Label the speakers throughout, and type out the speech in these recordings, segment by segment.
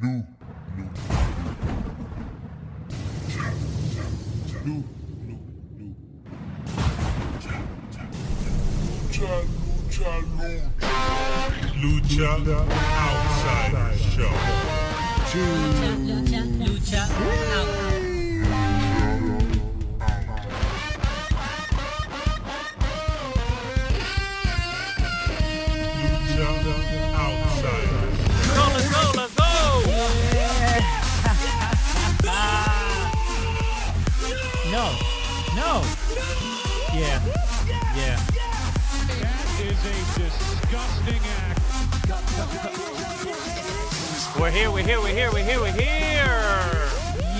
Speaker 1: No, no. No, no, no. Lucha, lucha, lucha.
Speaker 2: Lucha Outside Show.
Speaker 3: Lucha, lucha, lucha.
Speaker 2: Lucha Outside.
Speaker 4: No. No. Yeah. Yeah.
Speaker 5: is a disgusting act.
Speaker 6: We're here, we're here, we're here, we're here, we're here.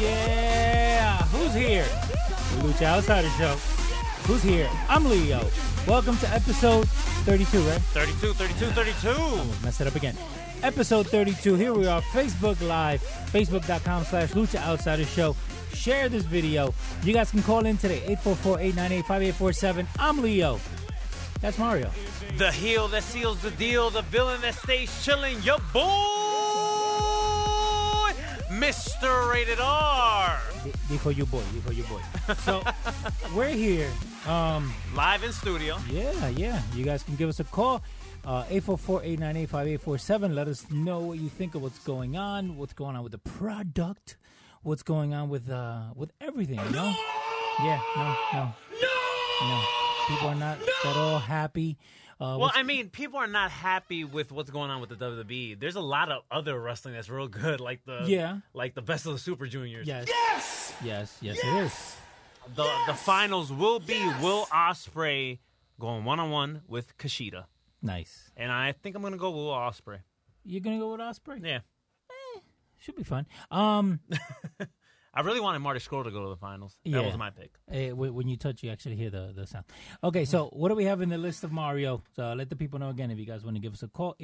Speaker 4: Yeah. Who's here? The Lucha Outsider Show. Who's here? I'm Leo. Welcome to episode 32, right?
Speaker 6: 32, 32, 32.
Speaker 4: Mess it up again. Episode 32. Here we are, Facebook Live, facebook.com slash Lucha Outsider Show. Share this video. You guys can call in today, 844-898-5847. I'm Leo. That's Mario.
Speaker 6: The heel that seals the deal, the villain that stays chilling, your boy, Mr. Rated R.
Speaker 4: Be- Before you boy, before you boy. So, we're here. Um,
Speaker 6: Live in studio.
Speaker 4: Yeah, yeah. You guys can give us a call. Uh, 844-898-5847. Let us know what you think of what's going on, what's going on with the product, what's going on with uh with everything, you know? Yeah, no, no. No! No. People are not at all happy. Uh,
Speaker 6: Well, I mean, people are not happy with what's going on with the WWE. There's a lot of other wrestling that's real good, like the
Speaker 4: Yeah.
Speaker 6: like the best of the Super Juniors.
Speaker 4: yes. Yes! Yes, yes, it is.
Speaker 6: The the finals will be Will Osprey going one on one with Kushida,
Speaker 4: Nice.
Speaker 6: and I think I'm gonna go Will Osprey.
Speaker 4: You're going to go with Osprey?
Speaker 6: Yeah,
Speaker 4: Should be fun. Um,
Speaker 6: I really wanted Marty Scroll to go to the finals. That
Speaker 4: Yeah.
Speaker 6: was my pick.
Speaker 4: eh, wh- when you touch, you actually hear the, the sound. Okay, so what do we have in the list of Mario? So let the people know again if you guys want to give us a call,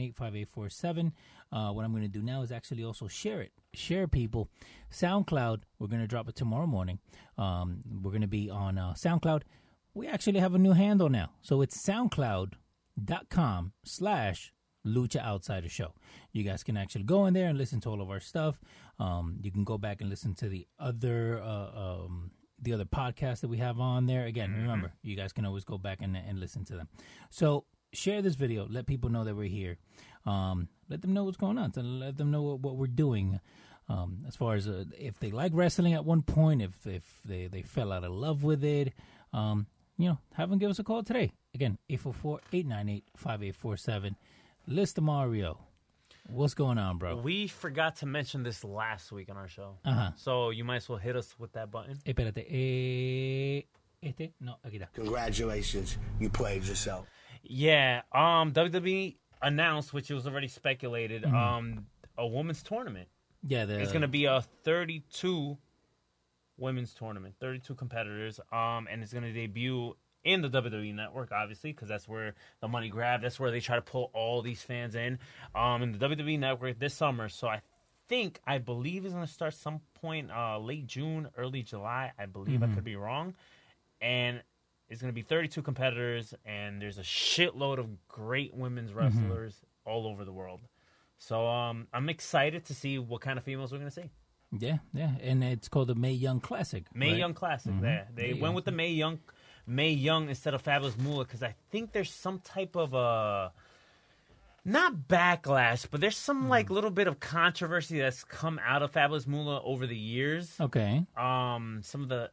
Speaker 4: 844-898-5847. Uh, what I'm going to do now is actually also share it. Share people. SoundCloud, we're going to drop it tomorrow morning. Um, we're going to be on uh, SoundCloud. We actually have a new handle now. So it's soundcloud.com slash Lucha Outsider Show. You guys can actually go in there and listen to all of our stuff. Um, you can go back and listen to the other uh, um, the other podcasts that we have on there. Again, remember, you guys can always go back and, and listen to them. So share this video. Let people know that we're here. Um, let them know what's going on. So let them know what, what we're doing. Um, as far as uh, if they like wrestling at one point, if if they, they fell out of love with it, um, you know, have them give us a call today. Again, 844 898 5847. List of Mario. What's going on, bro?
Speaker 6: We forgot to mention this last week on our show.
Speaker 4: Uh-huh.
Speaker 6: So you might as well hit us with that button.
Speaker 4: Eh, Espérate. Eh, este? No, aquí está.
Speaker 7: Congratulations, you played yourself.
Speaker 6: Yeah. Um. WWE announced, which was already speculated, um, a women's tournament.
Speaker 4: Yeah, the,
Speaker 6: It's gonna be a 32 women's tournament, 32 competitors. Um, and it's gonna debut in the WWE Network, obviously, because that's where the money grab. That's where they try to pull all these fans in. Um, in the WWE Network this summer. So I think I believe it's gonna start some point uh late June, early July. I believe I could be wrong. And it's gonna be 32 competitors, and there's a shitload of great women's wrestlers all over the world. So um, I'm excited to see what kind of females we're gonna see.
Speaker 4: Yeah, yeah. And it's called the May Young Classic.
Speaker 6: May
Speaker 4: right? Mm-hmm.
Speaker 6: Young Classic. There, they
Speaker 4: Mae
Speaker 6: went
Speaker 4: Young
Speaker 6: with the May Young, May Young instead of Fabulous Moolah because I think there's some type of uh, not backlash, but there's
Speaker 4: Hmm.
Speaker 6: some like little bit of controversy that's come out of Fabulous Moolah over the years.
Speaker 4: Okay.
Speaker 6: Um, some of the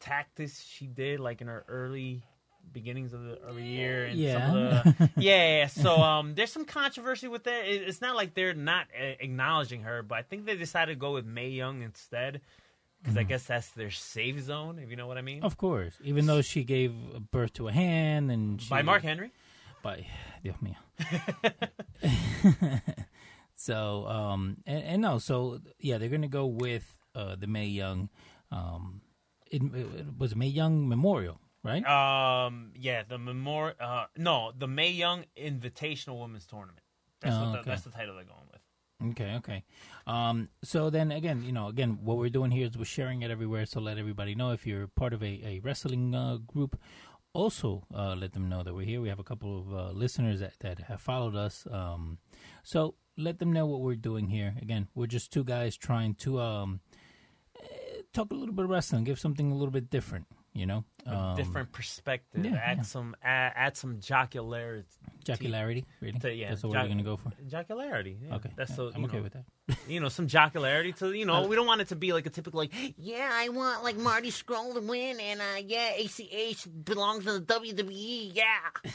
Speaker 6: tactics she did, like in her early beginnings of the early year, and some
Speaker 4: Yeah.
Speaker 6: of the yeah, yeah. So um, there's some controversy with that. It, it's not like they're not uh, acknowledging her, but I think they decided to go with May Young instead because
Speaker 4: Mm-hmm.
Speaker 6: I guess that's their safe zone, if you know what I mean.
Speaker 4: Of course. Even though she gave birth to a hand and she,
Speaker 6: By Mark Henry.
Speaker 4: By Dios mío. so um and, and no, so yeah, they're gonna go with uh the May Young um it, it was May Young Memorial, right?
Speaker 6: Um, yeah, the memor. Uh, no, the May Young Invitational Women's Tournament. That's,
Speaker 4: Oh,
Speaker 6: what the,
Speaker 4: okay.
Speaker 6: that's the title they're going with.
Speaker 4: Okay, okay. Um, so then again, you know, again, what we're doing here is we're sharing it everywhere. So let everybody know if you're part of a, a wrestling uh, group also uh, let them know that we're here. We have a couple of uh, listeners that, that have followed us. Um, so let them know what we're doing here. Again, we're just two guys trying to um, eh, talk a little bit of wrestling, give something a little bit different, you know? Um,
Speaker 6: different perspective.
Speaker 4: yeah,
Speaker 6: add
Speaker 4: yeah.
Speaker 6: some add, add some jocularity.
Speaker 4: Jocularity, really?
Speaker 6: So, yeah,
Speaker 4: That's what we're
Speaker 6: joc-
Speaker 4: going to go for?
Speaker 6: Jocularity. yeah.
Speaker 4: Okay.
Speaker 6: That's
Speaker 4: yeah,
Speaker 6: so
Speaker 4: I'm
Speaker 6: you
Speaker 4: okay
Speaker 6: know,
Speaker 4: with that.
Speaker 6: You know, some jocularity to you know, we don't want it to be like a typical like
Speaker 8: Yeah, I want like Marty Scroll to win, and uh, yeah, ACH belongs to the WWE. Yeah,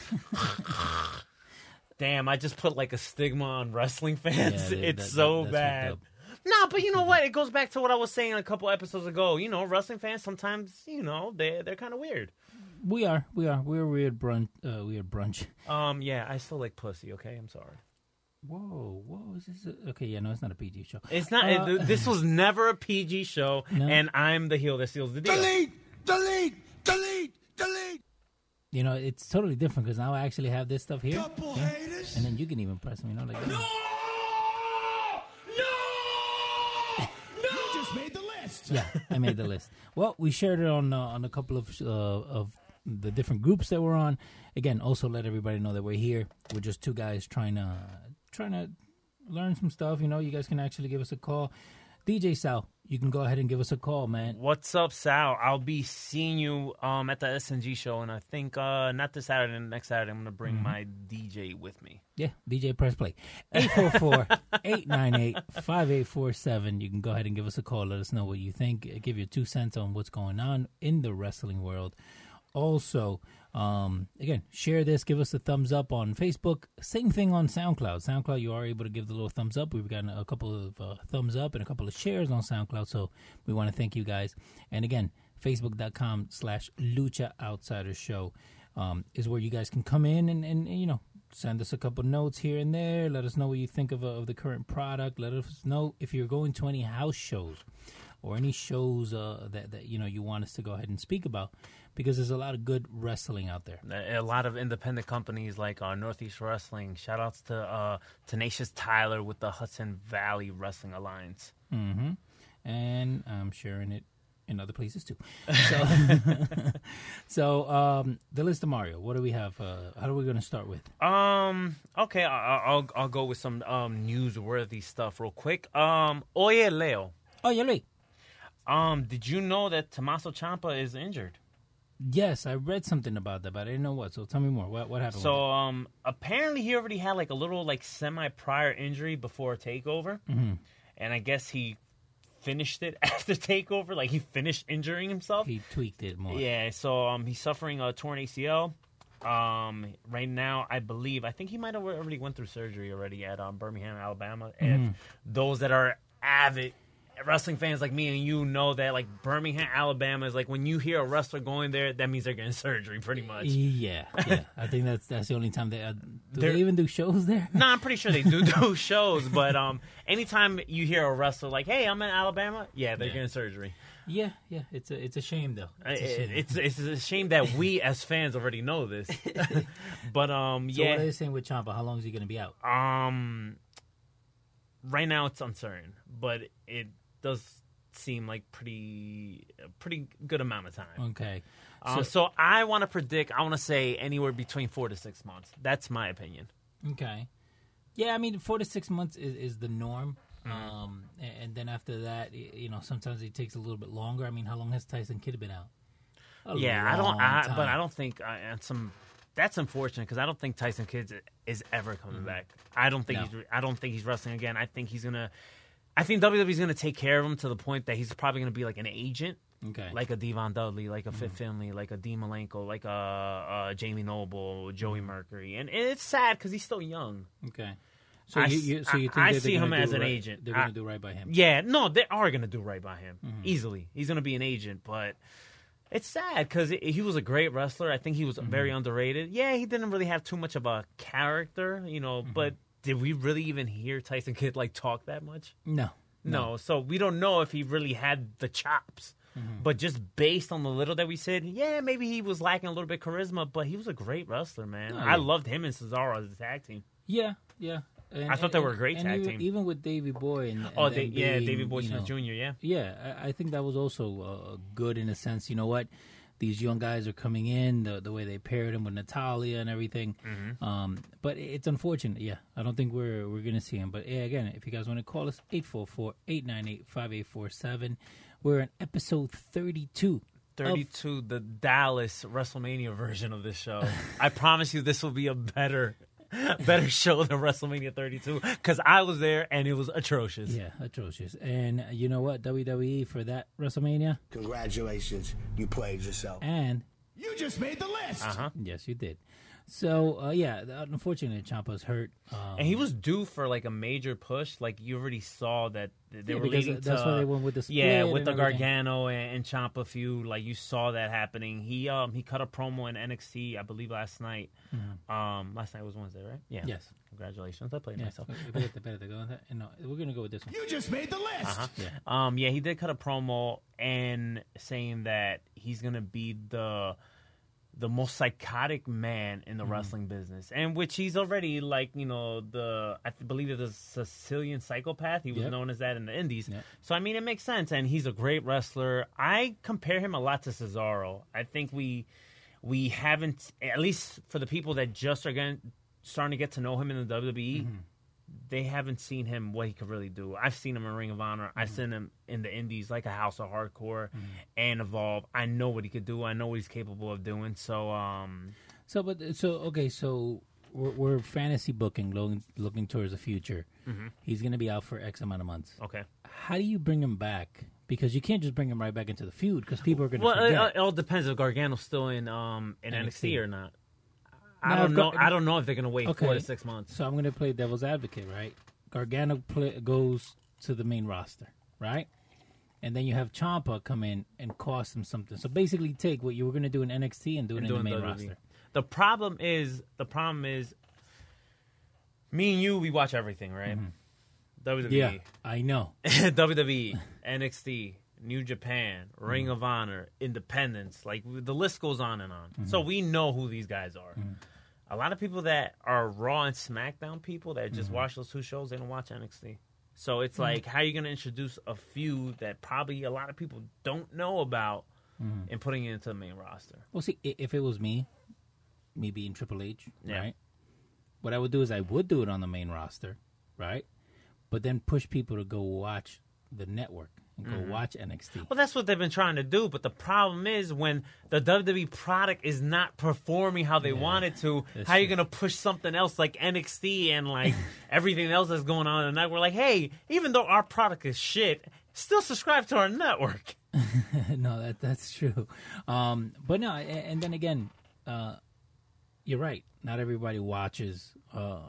Speaker 6: damn, I just put like a stigma on wrestling
Speaker 4: Yeah,
Speaker 6: fans.
Speaker 4: that-
Speaker 6: it's
Speaker 4: that-
Speaker 6: so
Speaker 4: that's fucked
Speaker 6: bad.
Speaker 4: up.
Speaker 6: No, but you know what? It goes back to what I was saying a couple episodes ago. You know, wrestling fans sometimes, you know, they they're kind of weird.
Speaker 4: We are, we are, we're a weird brunch. Uh, weird brunch.
Speaker 6: Um, yeah, I still like pussy. Okay, I'm sorry.
Speaker 4: Whoa, whoa, is this? A, okay, yeah, no, it's not a PG show.
Speaker 6: It's not.
Speaker 4: Uh,
Speaker 6: th- this was never a PG show,
Speaker 4: No.
Speaker 6: and I'm the heel that seals the deal.
Speaker 1: Delete! Delete! Delete!
Speaker 4: you know, it's totally different because now I actually have this stuff here,
Speaker 1: Couple
Speaker 4: yeah,
Speaker 1: haters.
Speaker 4: and then you can even press them. You know, like no!
Speaker 1: You just made the list!
Speaker 4: yeah, I made the list. Well, we shared it on uh, on a couple of uh, of the different groups that we're on. Again, also let everybody know that we're here. We're just two guys trying to trying to learn some stuff. You know, you guys can actually give us a call. DJ Sal, you can go ahead and give us a call, man.
Speaker 6: What's up, Sal? I'll be seeing you um at the SNG show, and I think uh not this Saturday, the next Saturday, I'm gonna bring my DJ with me.
Speaker 4: Yeah, DJ Press Play. 844-898-5847. You can go ahead and give us a call. Let us know what you think. Uh, Give your two cents on what's going on in the wrestling world. Also, um, again, share this. Give us a thumbs up on Facebook. Same thing on SoundCloud. SoundCloud, you are able to give the little thumbs up. We've gotten a couple of uh, thumbs up and a couple of shares on SoundCloud. So we want to thank you guys. And again, facebook.com slash lucha outsider show um, is where you guys can come in and, and, you know send us a couple notes here and there let us know what you think of, uh, of the current product let us know if you're going to any house shows or any shows uh, that, that you know you want us to go ahead and speak about because there's a lot of good wrestling out there
Speaker 6: A a lot of independent companies like uh, Northeast Wrestling. Shout outs to uh, Tenacious Tyler with the Hudson Valley Wrestling Alliance.
Speaker 4: hmm and I'm sharing it in other places too so so um, the list of Mario what do we have uh, how are we going to start with
Speaker 6: Um. Okay. I, I- I'll I'll go with some um newsworthy stuff real quick. Um. Oye, Leo.
Speaker 4: oh you're late
Speaker 6: Um. Did you know that Tommaso Ciampa is injured?
Speaker 4: Yes, I read something about that, but I didn't know what. So tell me more. What what happened?
Speaker 6: So um. Apparently, he already had like a little like semi prior injury before takeover, and I guess he finished it after takeover. Like he finished injuring himself.
Speaker 4: with it? he tweaked it more.
Speaker 6: Yeah, so um, he's suffering a torn ACL. Um, right now, I believe I think he might have already went through surgery already at um, Birmingham, Alabama. If those that are avid wrestling fans like me and you know that like Birmingham, Alabama is like when you hear a wrestler going there, that means they're getting surgery, pretty much.
Speaker 4: E, yeah, yeah. I think that's that's the only time they uh, do
Speaker 6: They're-
Speaker 4: they even do shows there.
Speaker 6: No, I'm pretty sure they do do shows, but um, anytime you hear a wrestler like, "Hey, I'm in Alabama," yeah, they're getting surgery.
Speaker 4: Yeah, yeah. It's a it's a shame though. It's a shame.
Speaker 6: It's it's a shame that we as fans already know this, but um,
Speaker 4: so
Speaker 6: yeah.
Speaker 4: what are they saying with Champa? How long is he going to be out?
Speaker 6: Um, right now it's uncertain, but it does seem like pretty a pretty good amount of time.
Speaker 4: Okay.
Speaker 6: Um, so, I want to predict. I want to say anywhere between four to six months. That's my opinion.
Speaker 4: Okay. Yeah, I mean, four to six months is, is the norm.
Speaker 6: Mm-hmm.
Speaker 4: Um, a- and, then after that, y- you know, sometimes it takes a little bit longer. I mean, how long has Tyson Kidd been out? A
Speaker 6: yeah, I don't.
Speaker 4: long
Speaker 6: I, but
Speaker 4: time.
Speaker 6: I don't think I, and some. That's unfortunate because I don't think Tyson Kidd is ever coming back. I don't think
Speaker 4: Mm-hmm. No.
Speaker 6: he's. re- I don't think he's wrestling again. I think he's gonna. I think WWE's gonna take care of him to the point that he's probably gonna be like an agent.
Speaker 4: Okay.
Speaker 6: like a Devon Dudley, like a
Speaker 4: Mm-hmm.
Speaker 6: Fit Finley, like a Dean Malenko, like a, uh Jamie Noble,
Speaker 4: Mm-hmm.
Speaker 6: Joey Mercury, and, and it's sad because he's still young.
Speaker 4: Okay. So
Speaker 6: I
Speaker 4: you,
Speaker 6: s-
Speaker 4: you so you
Speaker 6: I-
Speaker 4: think that
Speaker 6: I
Speaker 4: they're
Speaker 6: see him
Speaker 4: gonna do
Speaker 6: as an
Speaker 4: right-
Speaker 6: agent.
Speaker 4: They're going
Speaker 6: I-
Speaker 4: to do right by him.
Speaker 6: Yeah, no, they are gonna do right by him
Speaker 4: Mm-hmm.
Speaker 6: easily. He's gonna be an agent, but it's sad because he was a great wrestler. I think he was very
Speaker 4: Mm-hmm.
Speaker 6: underrated. Yeah, he didn't really have too much of a character, you know.
Speaker 4: Mm-hmm.
Speaker 6: But did we really even hear Tyson Kidd like talk that much?
Speaker 4: No.
Speaker 6: No. So we don't know if he really had the chops.
Speaker 4: Mm-hmm.
Speaker 6: But just based on the little that we said, yeah, maybe he was lacking a little bit charisma, but he was a great wrestler, man.
Speaker 4: Oh, yeah.
Speaker 6: I loved him and Cesaro as a tag team.
Speaker 4: Yeah, yeah. And,
Speaker 6: I thought they were a great
Speaker 4: and
Speaker 6: tag
Speaker 4: even,
Speaker 6: team.
Speaker 4: Even with Davey Boy and, and
Speaker 6: oh,
Speaker 4: them
Speaker 6: they, yeah,
Speaker 4: being,
Speaker 6: David Boy
Speaker 4: you
Speaker 6: Smith
Speaker 4: know,
Speaker 6: Jr., yeah.
Speaker 4: Yeah, I, I think that was also uh, good in a sense. You know what? these young guys are coming in, the the way they paired him with Natalia and everything.
Speaker 6: Mm-hmm.
Speaker 4: Um, but it- it's unfortunate. Yeah, I don't think we're we're gonna see him. But yeah, again, if you guys want to call us 844-898-5847. we're in episode thirty two.
Speaker 6: 32, the Dallas WrestleMania version of this show. I promise you, this will be a better, better show than WrestleMania 32 because I was there and it was atrocious.
Speaker 4: Yeah, atrocious. And uh, you know what? WWE for that WrestleMania,
Speaker 7: Congratulations, you played yourself.
Speaker 4: and
Speaker 1: You just made the list.
Speaker 4: yes, you did. So uh, yeah, the- unfortunately, Champa's hurt. Um,
Speaker 6: And he was due for like a major push. Like you already saw that th- they
Speaker 4: Yeah,
Speaker 6: were
Speaker 4: because
Speaker 6: leading
Speaker 4: that's
Speaker 6: to,
Speaker 4: why they went with the split
Speaker 6: yeah,
Speaker 4: and
Speaker 6: with the
Speaker 4: everything.
Speaker 6: Gargano and, and Champa feud. Like you saw that happening. He um he cut a promo in NXT, I believe, last night. Um, last night was Wednesday, right? Yeah.
Speaker 4: Mm-hmm. Yes.
Speaker 6: Congratulations, I played
Speaker 4: yeah,
Speaker 6: myself.
Speaker 4: so better to- better to go with that. No, we're gonna go with this one.
Speaker 1: You just made the list.
Speaker 6: Um, yeah, he did cut a promo and saying that he's gonna be the the most psychotic man in the
Speaker 4: Mm-hmm.
Speaker 6: wrestling business, and which he's already like you know the I th- believe it's a Sicilian psychopath. He was
Speaker 4: Yep.
Speaker 6: known as that in the Indies.
Speaker 4: Yep.
Speaker 6: So I mean, it makes sense, and he's a great wrestler. I compare him a lot to Cesaro. I think we we haven't at least for the people that just are getting starting to get to know him in the E, WWE
Speaker 4: Mm-hmm.
Speaker 6: they haven't seen him what he could really do. I've seen him in Ring of Honor. I've seen him in the Indies, like a House of Hardcore and Evolve. I know what he could do. I know what he's capable of doing. So, um,
Speaker 4: So, but so okay, so we're, we're fantasy booking, looking, looking towards the future. He's gonna be out for X amount of months.
Speaker 6: okay.
Speaker 4: How do you bring him back? Because you can't just bring him right back into the feud because people are gonna
Speaker 6: Well, it,
Speaker 4: forget.
Speaker 6: it all depends if Gargano's still in um in NXT,
Speaker 4: NXT.
Speaker 6: or not. I
Speaker 4: Now,
Speaker 6: don't
Speaker 4: if
Speaker 6: know.
Speaker 4: Gar-
Speaker 6: I don't know if they're gonna wait four to six months.
Speaker 4: So I'm gonna play devil's advocate, right? Gargano pla goes to the main roster, right? And then you have Champa come in and cost him something. So basically, take what you were gonna do in NXT and do it in the
Speaker 6: doing E.
Speaker 4: main
Speaker 6: WWE.
Speaker 4: roster.
Speaker 6: The problem is the problem is me and you. We watch everything, right? E. WWE.
Speaker 4: Yeah, I know.
Speaker 6: WWE, NXT, New Japan, Ring of Honor, Independence. Like the list goes on and on. So we know who these guys are. A lot of people that are Raw and SmackDown people that just watch those two shows, they don't watch NXT. So it's like, how are you going to introduce a few that probably a lot of people don't know about and putting it into the main roster?
Speaker 4: Well, see, i- if it was me, me being Triple H,
Speaker 6: Yeah.
Speaker 4: right? What I would do is I would do it on the main roster, right? But then push people to go watch the network and go
Speaker 6: Mm-hmm.
Speaker 4: watch NXT.
Speaker 6: Well, that's what they've been trying to do, but the problem is when the WWE product is not performing how they want it to,
Speaker 4: that's
Speaker 6: how are you
Speaker 4: true.
Speaker 6: going to push something else like NXT and like everything else that's going on in the network? Like, hey, even though our product is shit, still subscribe to our network.
Speaker 4: no, that that's true. Um, but no, a- and then again, uh, you're right. Not everybody watches uh,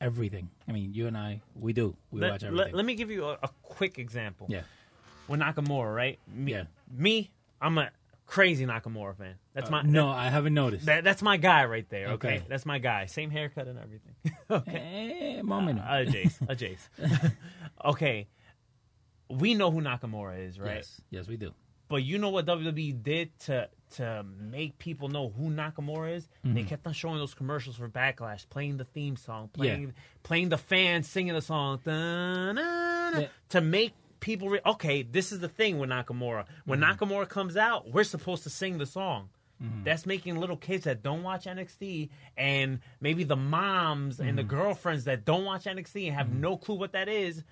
Speaker 4: everything. I mean, you and I, we do. We
Speaker 6: Let,
Speaker 4: watch
Speaker 6: let-
Speaker 4: everything.
Speaker 6: let me give you a, a quick example.
Speaker 4: yeah,
Speaker 6: With Nakamura, right? Me,
Speaker 4: Yeah.
Speaker 6: me, I'm a crazy Nakamura fan. That's my
Speaker 4: Uh, no, I haven't noticed.
Speaker 6: That, that's my guy right there. Okay?
Speaker 4: Okay.
Speaker 6: that's my guy. Same haircut and everything.
Speaker 4: Eh, moment.
Speaker 6: Uh, Jace. Uh, Jace. okay. We know who Nakamura is, right?
Speaker 4: Yes, yes, we do.
Speaker 6: But you know what WWE did to to make people know who Nakamura is?
Speaker 4: Mm-hmm.
Speaker 6: They kept on showing those commercials for Backlash, playing the theme song, playing playing the fans singing the song "Da-na-na,"
Speaker 4: Yeah.
Speaker 6: to make people re- okay. This is the thing with Nakamura. When
Speaker 4: Mm-hmm.
Speaker 6: Nakamura comes out, we're supposed to sing the song. That's making little kids that don't watch NXT and maybe the moms and
Speaker 4: Mm.
Speaker 6: the girlfriends that don't watch NXT and have no clue what that is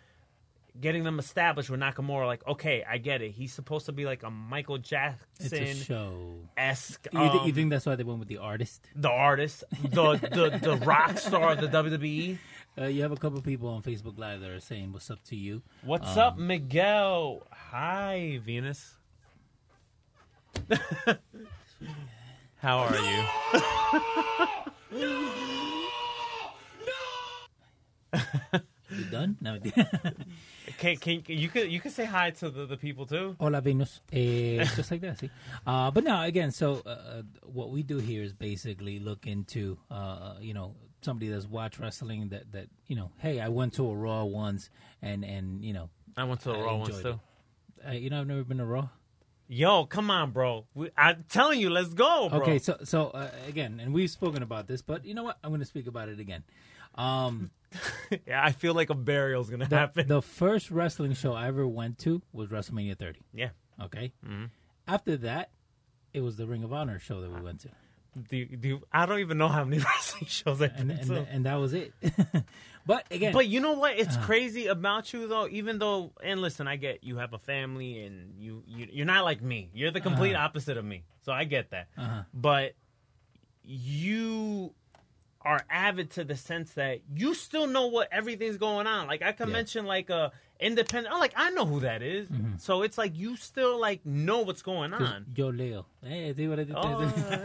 Speaker 6: getting them established with Nakamura, like, okay, I get it. He's supposed to be like a Michael
Speaker 4: It's a
Speaker 6: Jackson
Speaker 4: show.
Speaker 6: esque,
Speaker 4: You, thi- you think that's why they went with the artist?
Speaker 6: the artist, the, the the rock star of the E. WWE.
Speaker 4: Uh, you have a couple people on Facebook Live that are saying, "What's up to you?"
Speaker 6: What's up,
Speaker 4: Um.
Speaker 6: Miguel? Hi, Venus. How are you?
Speaker 4: You done? No.
Speaker 6: Can, can you could you could say hi to the, the people too?
Speaker 4: Hola Venus, eh, just like that. See, uh, but now again, so uh, uh, what we do here is basically look into uh, you know somebody that's watched wrestling that that you know, hey, I went to a Raw once, and and you know,
Speaker 6: I went to the
Speaker 4: I
Speaker 6: Raw ones
Speaker 4: enjoyed it.
Speaker 6: too.
Speaker 4: uh, you know, I've never been to Raw.
Speaker 6: Yo, come on, bro. We, I'm telling you, let's go, bro.
Speaker 4: Okay, so so uh, again, and we've spoken about this, but you know what? I'm going to speak about it again. Um,
Speaker 6: yeah, I feel like a burial's gonna
Speaker 4: the,
Speaker 6: happen.
Speaker 4: the first wrestling show I ever went to was WrestleMania 30.
Speaker 6: yeah.
Speaker 4: Okay. After that, it it was the Ring of Honor show that we went to,
Speaker 6: Do you, do you, I don't even know how many wrestling shows I've
Speaker 4: and
Speaker 6: been
Speaker 4: and,
Speaker 6: to.
Speaker 4: and that was it. but again,
Speaker 6: But you know what? It's crazy about you though. Even though, and listen, I get you have a family, and you, you you're not like me. You're the complete opposite of me. So I get that. But you are avid to the sense that you still know what everything's going on. Like I can mention like a independent. I'm like I know who that is. So it's like you still like know what's going on.
Speaker 4: yo leo, hey, see what I did there?
Speaker 6: Oh,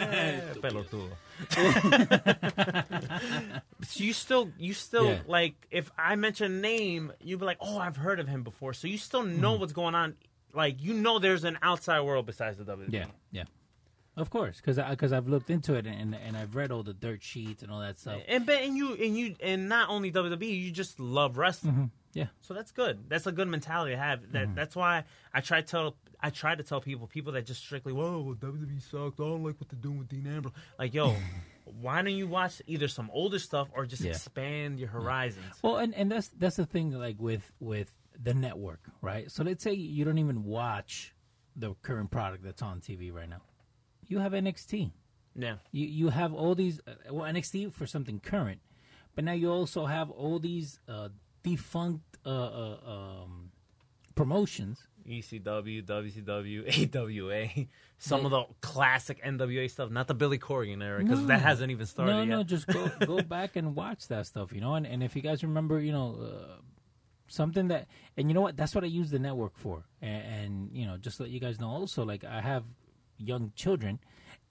Speaker 6: eh, pelotudo. so you still, you still
Speaker 4: Yeah.
Speaker 6: like if I mention a name, you'd be like, "Oh, I've heard of him before." So you still
Speaker 4: Mm-hmm.
Speaker 6: know what's going on. Like you know, there's an outside world besides the E. WWE.
Speaker 4: Yeah, yeah. Of course, because because I've looked into it and and I've read all the dirt sheets and all that stuff.
Speaker 6: and but and you and you and not only WWE, you just love wrestling.
Speaker 4: Mm-hmm. Yeah, Mm-hmm.
Speaker 6: So that's good. That's a good mentality to have. That that's why I try to tell I try to tell people people that just strictly, whoa, WWE sucked. I don't like what they're doing with Dean Ambrose. Like, yo, why don't you watch either some older stuff or just
Speaker 4: Yeah.
Speaker 6: expand your horizons?
Speaker 4: Well, and, and that's that's the thing, like with with the network, right? So let's say you don't even watch the current product that's on TV right now. You have NXT.
Speaker 6: Yeah.
Speaker 4: You you have all these uh, well NXT for something current, but now you also have all these uh, defunct uh, uh, um, promotions.
Speaker 6: E ECW, WCW, AWA, some of the classic NWA stuff, not the Billy Corgan era, because that hasn't even started
Speaker 4: no,
Speaker 6: yet.
Speaker 4: no, just go go back and watch that stuff, you know. And, and if you guys remember, you know, uh, something that, and you know what, that's what I use the network for. And, and you know, just to let you guys know, also, like I have young children,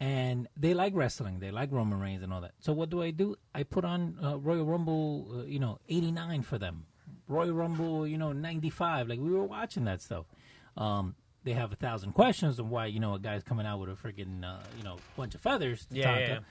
Speaker 4: and they like wrestling, they like Roman Reigns and all that. So what do I do? I put on uh, Royal Rumble, uh, you know, '89 for them, Royal Rumble, you know, '95. Like we were watching that stuff. Um, they have a thousand questions on why you know a guy's coming out with a freaking uh, you know bunch of feathers.
Speaker 6: Yeah, yeah,
Speaker 4: Tatanka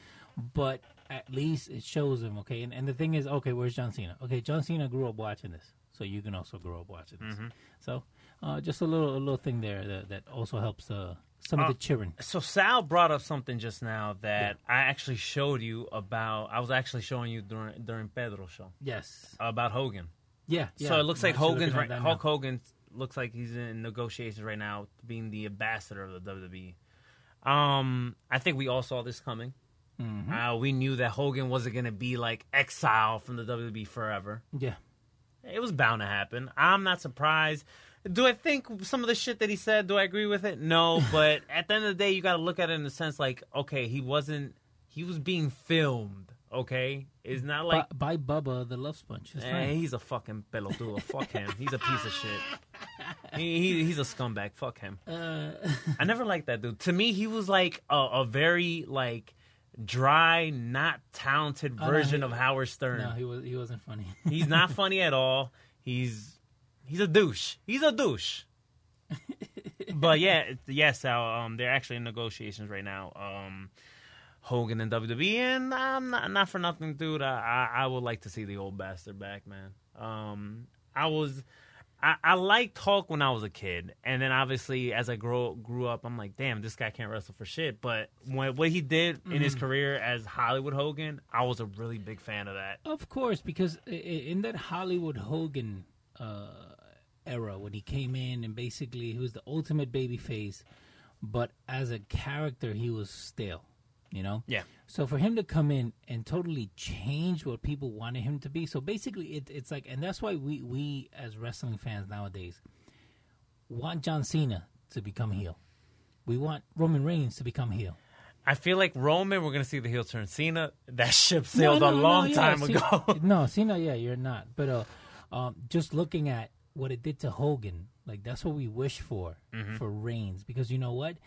Speaker 4: but at least it shows them okay and, and the thing is okay where's john cena okay john cena grew up watching this so you can also grow up watching this
Speaker 6: Mm-hmm.
Speaker 4: so uh, just a little a little thing there that, that also helps uh, some
Speaker 6: Oh.
Speaker 4: of the children
Speaker 6: So Sal brought up something just now that I actually showed you about. I was actually showing you during during Pedro's show
Speaker 4: yes
Speaker 6: about Hogan.
Speaker 4: yeah, yeah.
Speaker 6: So it looks
Speaker 4: I'm
Speaker 6: like
Speaker 4: actually
Speaker 6: Hogan's
Speaker 4: looking at
Speaker 6: right,
Speaker 4: that now.
Speaker 6: Hulk Hogan looks like he's in negotiations right now, being the ambassador of the WWE. Um, I think we all saw this coming.
Speaker 4: Mm-hmm.
Speaker 6: Uh, we knew that Hogan wasn't going to be like exiled from the WWE forever.
Speaker 4: yeah
Speaker 6: It was bound to happen. I'm not surprised. Do I think some of the shit that he said, do I agree with it? No, but at the end of the day, you got to look at it in the sense like, okay, he wasn't, he was being filmed, okay? It's not like.
Speaker 4: Bu- by bubba the love sponge That's
Speaker 6: Eh,
Speaker 4: right.
Speaker 6: he's a fucking pelotudo. Fuck him. He's a piece of shit. He, he he's a scumbag. Fuck him.
Speaker 4: Uh.
Speaker 6: I never liked that dude. To me, he was like a, a very like dry, not talented
Speaker 4: no,
Speaker 6: version
Speaker 4: he-
Speaker 6: of Howard Stern.
Speaker 4: no he was he wasn't funny
Speaker 6: he's not funny at all. He's he's a douche. He's a douche. but yeah, it- yes, Al, um, they're actually in negotiations right now. Um, Hogan and WWE, and I'm not, not for nothing, dude. I, I I would like to see the old bastard back, man. Um, I was. I, I liked Hulk when I was a kid, and then obviously as I grow grew up, I'm like, damn, this guy can't wrestle for shit. But when, what he did in his career as Hollywood Hogan, I was a really big fan of that.
Speaker 4: Of course, because i- i- in that Hollywood Hogan uh, era, when he came in and basically he was the ultimate babyface, but as a character, he was stale, you know?
Speaker 6: Yeah.
Speaker 4: So for him to come in and totally change what people wanted him to be, so basically it, it's like, and that's why we, we as wrestling fans nowadays want John Cena to become heel. We want Roman Reigns to become heel.
Speaker 6: I feel like Roman, we're gonna see the heel turn Cena. That ship sailed a long
Speaker 4: yeah,
Speaker 6: time
Speaker 4: Cena-
Speaker 6: ago.
Speaker 4: no, Cena, yeah, you're not. But uh, um, just looking at what it did to Hogan, like that's what we wish for
Speaker 6: Mm-hmm.
Speaker 4: for Reigns, because you know what?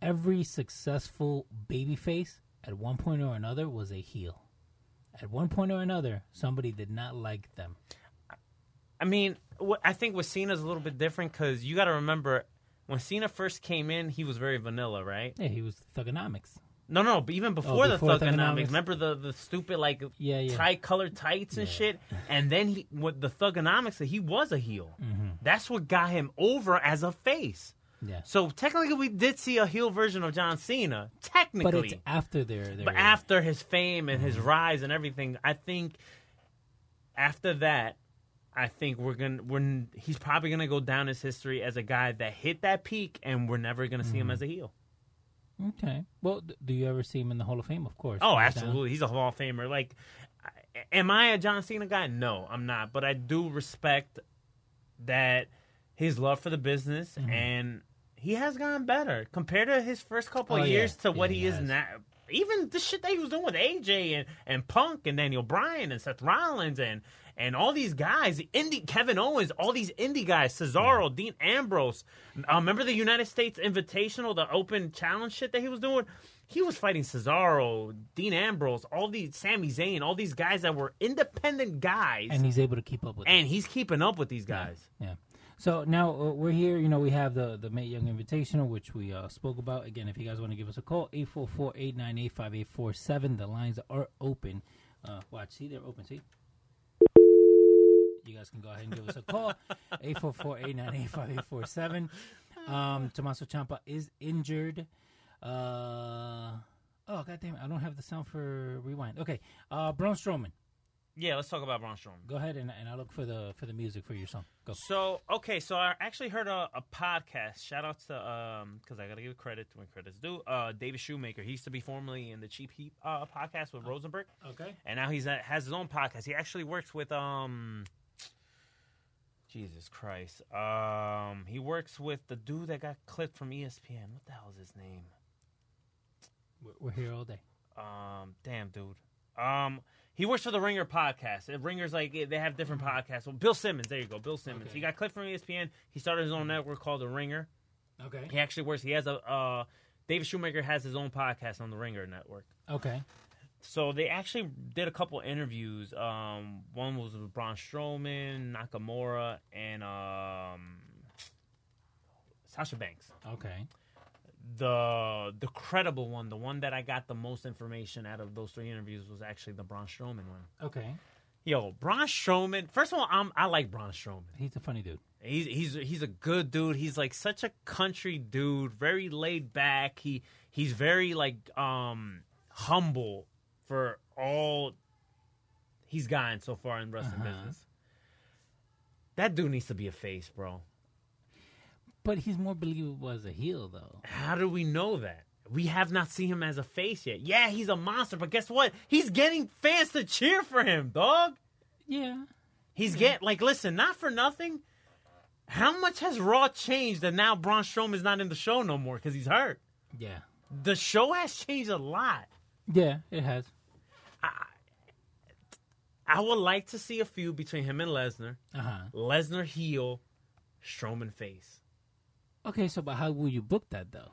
Speaker 4: Every successful babyface at one point or another was a heel. At one point or another, somebody did not like them.
Speaker 6: I mean, what, I think with Cena's a little bit different because you got to remember when Cena first came in, he was very vanilla, right?
Speaker 4: Yeah, he was thugonomics.
Speaker 6: No, no, but even before,
Speaker 4: Oh, before
Speaker 6: the thugonomics,
Speaker 4: Thugonomics.
Speaker 6: remember the, the stupid like
Speaker 4: Yeah, yeah.
Speaker 6: tie colored tights and shit. And then he with the thugonomics, he was a heel.
Speaker 4: Mm-hmm.
Speaker 6: That's what got him over as a face.
Speaker 4: Yeah.
Speaker 6: So technically, we did see a heel version of John Cena. Technically,
Speaker 4: But it's after their, their
Speaker 6: But after his fame and
Speaker 4: Mm-hmm.
Speaker 6: his rise and everything, I think after that, I think we're gonna we're n- he's probably
Speaker 4: Mm-hmm.
Speaker 6: gonna go down his history as a guy that hit that peak, and we're never gonna see him as a heel.
Speaker 4: Okay. Well, d- do you ever see him in the Hall of Fame? Of course.
Speaker 6: Oh,
Speaker 4: Hands down.
Speaker 6: absolutely. He's a Hall of Famer. Like, I- am I a John Cena guy? No, I'm not. But I do respect that his love for the business
Speaker 4: Mm-hmm.
Speaker 6: and he has gotten better compared to his first couple
Speaker 4: Oh,
Speaker 6: of
Speaker 4: yeah.
Speaker 6: years to what
Speaker 4: Yeah,
Speaker 6: he,
Speaker 4: he
Speaker 6: is
Speaker 4: has.
Speaker 6: now. Even the shit that he was doing with AJ and, and Punk and Daniel Bryan and Seth Rollins and and all these guys, indie Kevin Owens, all these indie guys, Cesaro, Dean Ambrose. Uh, remember the United States Invitational, the Open Challenge shit that he was doing? He was fighting Cesaro, Dean Ambrose, all these Sami Zayn, all these guys that were independent guys,
Speaker 4: And he's able to keep up with. it.
Speaker 6: and he's keeping up with these guys.
Speaker 4: Yeah. So now uh, we're here. You know, we have the the May Young Invitational, which we uh, spoke about. Again, if you guys want to give us a call, 844-898-5847. The lines are open. Uh, watch, see, they're open. See. You guys can go ahead and give us a call, 844-898-5847. Um, Tommaso Ciampa is injured. Uh, oh, God damn it. I don't have the sound for rewind. Okay. Uh, Braun Strowman.
Speaker 6: Yeah, let's talk about Braun Strowman.
Speaker 4: Go ahead and, and I'll look for the for the music for your song. Go.
Speaker 6: So okay, so I actually heard a, a podcast. Shout out to um because I gotta give credit when credits due. Uh, David Shoemaker. He used to be formerly in the Cheap Heat uh, podcast with Rosenberg,
Speaker 4: Okay.
Speaker 6: and now he's at, has his own podcast. He actually works with um. Jesus Christ. Um, he works with the dude that got clipped from E ESPN. What the hell is his name?
Speaker 4: We're, we're here all day.
Speaker 6: Um, damn, dude. Um, he works for the Ringer podcast. Uh, Ringer's like they have different podcasts. Well, Bill Simmons, there you go, Bill Simmons.
Speaker 4: Okay.
Speaker 6: He got clipped from E ESPN. He started his own network called The Ringer.
Speaker 4: Okay.
Speaker 6: He actually works. He has a uh, David Shoemaker has his own podcast on the Ringer network.
Speaker 4: Okay.
Speaker 6: So they actually did a couple interviews. Um, one was with Braun Strowman, Nakamura, and um, Sasha Banks
Speaker 4: Okay.
Speaker 6: the the credible one, the one that I got the most information out of those three interviews was actually the Braun Strowman one.
Speaker 4: Okay.
Speaker 6: Yo, Braun Strowman. First of all, I'm, I like Braun Strowman.
Speaker 4: He's a funny dude.
Speaker 6: He's he's he's a good dude. He's like such a country dude, very laid back. He he's very like um humble for all he's gotten so far in wrestling business. That dude needs to be a face, bro.
Speaker 4: But he's more believable as a heel, though.
Speaker 6: How do we know that? We have not seen him as a face yet. Yeah, he's a monster, but guess what? He's getting fans to cheer for him, dog.
Speaker 4: Yeah.
Speaker 6: He's get like listen, not for nothing. How much has Raw changed that now Braun Strowman's not in the show no more because he's hurt?
Speaker 4: Yeah.
Speaker 6: The show has changed a lot.
Speaker 4: Yeah, it has.
Speaker 6: I would like to see a feud between him and Lesnar.
Speaker 4: Uh huh.
Speaker 6: Lesnar heel, Strowman face.
Speaker 4: Okay, so but how will you book that though?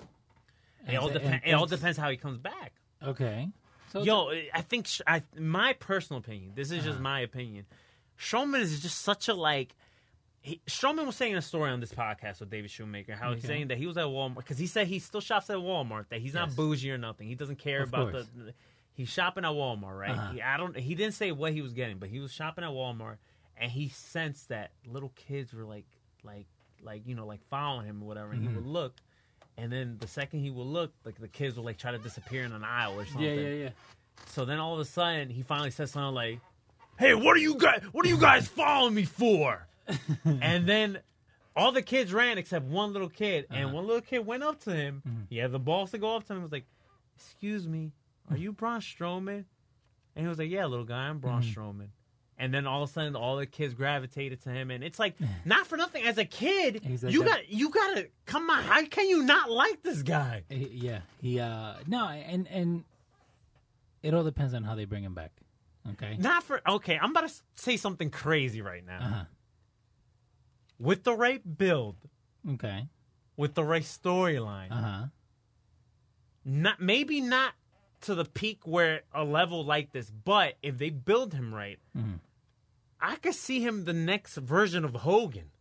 Speaker 6: It all,
Speaker 4: And- and
Speaker 6: depend. it all
Speaker 4: things-
Speaker 6: depends how he comes back.
Speaker 4: Okay. So Uh-huh.
Speaker 6: Yo, I think Sh- I, my personal opinion. This is just my opinion. Strowman is just such a like. He, Strowman was saying a story on this podcast with David Shoemaker, how he's
Speaker 4: Okay.
Speaker 6: saying that he was at Walmart because he said he still shops at Walmart, that he's not
Speaker 4: Yes.
Speaker 6: bougie or nothing. He doesn't care
Speaker 4: Of
Speaker 6: about
Speaker 4: course.
Speaker 6: the. He's shopping at Walmart, right?
Speaker 4: Uh-huh.
Speaker 6: He, I don't. He didn't say what he was getting, but he was shopping at Walmart, and he sensed that little kids were like, like, like you know, like following him or whatever,
Speaker 4: Mm-hmm.
Speaker 6: and he would look. And then the second he would look, like the kids would like try to disappear in an aisle or something.
Speaker 4: yeah, yeah, yeah.
Speaker 6: So then all of a sudden he finally says something like, "Hey, what are you guys? What are you guys following me for?" and then all the kids ran except one little kid, and one little kid went up to him. He had the balls to go up to him. and was like, "Excuse me, are you Braun Strowman?" And he was like, "Yeah, little guy, I'm Braun Strowman." And then all of a sudden, all the kids gravitated to him, and it's like, not for nothing. As a kid,
Speaker 4: He's like
Speaker 6: you
Speaker 4: that-
Speaker 6: got you gotta come on. How can you not like this guy?
Speaker 4: He- yeah. He uh no, and and it all depends on how they bring him back. Okay.
Speaker 6: Not for okay. I'm about to s- say something crazy right now.
Speaker 4: Uh-huh.
Speaker 6: With the right build,
Speaker 4: Okay.
Speaker 6: with the right storyline,
Speaker 4: Uh huh.
Speaker 6: not maybe not to the peak where a level like this, but if they build him right,
Speaker 4: Mm-hmm.
Speaker 6: I could see him the next version of Hogan,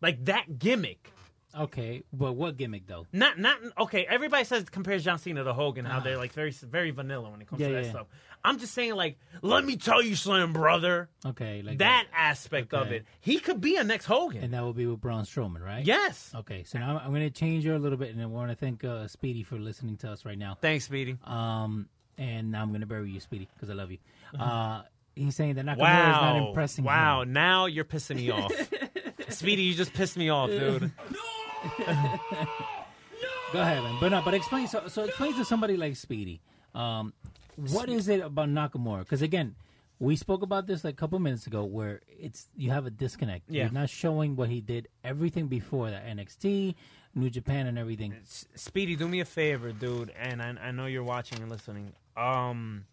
Speaker 6: like that gimmick.
Speaker 4: Okay. But what gimmick though?
Speaker 6: Not not okay. Everybody says compares John Cena to Hogan, how they're like very very vanilla when it comes
Speaker 4: Ah. Yeah,
Speaker 6: to that
Speaker 4: yeah, yeah.
Speaker 6: stuff. I'm just saying, like, let me tell you, Slim brother.
Speaker 4: Okay, like
Speaker 6: that aspect of
Speaker 4: Okay.
Speaker 6: it. He could be a next Hogan.
Speaker 4: And that will be with Braun Strowman, right?
Speaker 6: yes.
Speaker 4: Okay, so now I'm, I'm going to change her a little bit, and I want to thank uh, Speedy for listening to us right now.
Speaker 6: Thanks, Speedy.
Speaker 4: Um, and now I'm gonna bury you, Speedy, because I love you. Uh, he's saying that Nakamura
Speaker 6: wow.
Speaker 4: is not impressing.
Speaker 6: wow.
Speaker 4: him.
Speaker 6: Now you're pissing me off. Speedy, you just pissed me off, dude.
Speaker 4: Go ahead, man. But no, but explain. So, so explain to somebody like Speedy, um, what is it about Nakamura? Because again, we spoke about this like a couple minutes ago, where it's you have a disconnect.
Speaker 6: Yeah.
Speaker 4: You're not showing what he did everything before that NXT, New Japan, and everything.
Speaker 6: S- Speedy, do me a favor, dude, and I, I know you're watching and listening. Um,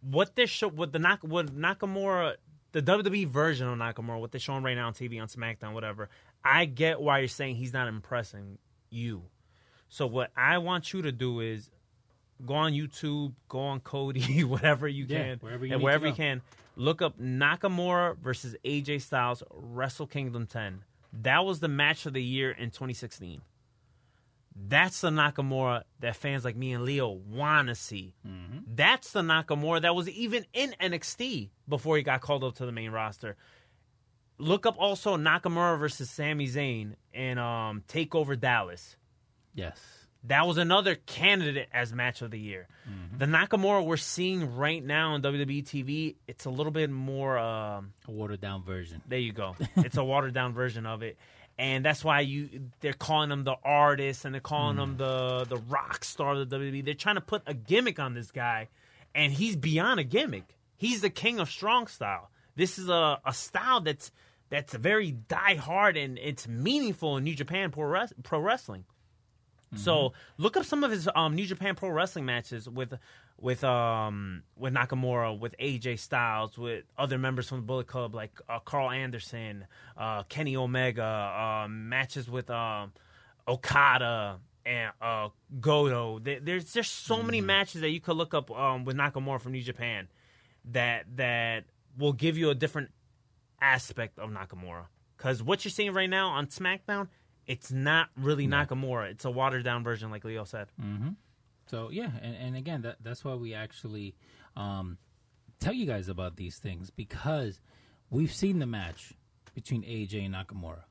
Speaker 6: what this show, what the Nak, what Nakamura, the WWE version of Nakamura, what they're showing right now on TV on SmackDown, whatever. I get why you're saying he's not impressing you. So what I want you to do is go on YouTube, go on Cody, whatever you
Speaker 4: Yeah,
Speaker 6: can,
Speaker 4: wherever you
Speaker 6: and
Speaker 4: need
Speaker 6: wherever
Speaker 4: to
Speaker 6: you
Speaker 4: go.
Speaker 6: can, look up Nakamura versus AJ Styles Wrestle Kingdom 10. That was the match of the year in 2016. That's the Nakamura that fans like me and Leo want to see.
Speaker 4: Mm-hmm.
Speaker 6: That's the Nakamura that was even in NXT before he got called up to the main roster. Look up also Nakamura versus Sami Zayn and um, Takeover Dallas.
Speaker 4: Yes.
Speaker 6: That was another candidate as match of the year. The Nakamura we're seeing right now on WWE TV, E it's a little bit more. Um,
Speaker 4: A watered down version.
Speaker 6: there you go. It's a watered down version of it, and that's why you they're calling him the artist and they're calling him the the rock star of the WWE. They're trying to put a gimmick on this guy, and he's beyond a gimmick. He's the king of strong style. This is a, a style that's that's very die hard and it's meaningful in New Japan pro, res- pro wrestling. So look up some of his um, New Japan Pro Wrestling matches with with um, with Nakamura, with AJ Styles, with other members from the Bullet Club like uh, Carl Anderson, uh, Kenny Omega, uh, matches with um, Okada and uh, Goto. There, there's there's so many matches that you could look up um, with Nakamura from New Japan that that will give you a different aspect of Nakamura. Because what you're seeing right now on SmackDown, it's not really Nakamura. It's a watered down version, like Leo said.
Speaker 4: So yeah, and, and again, that, that's why we actually um, tell you guys about these things because we've seen the match between AJ and Nakamura,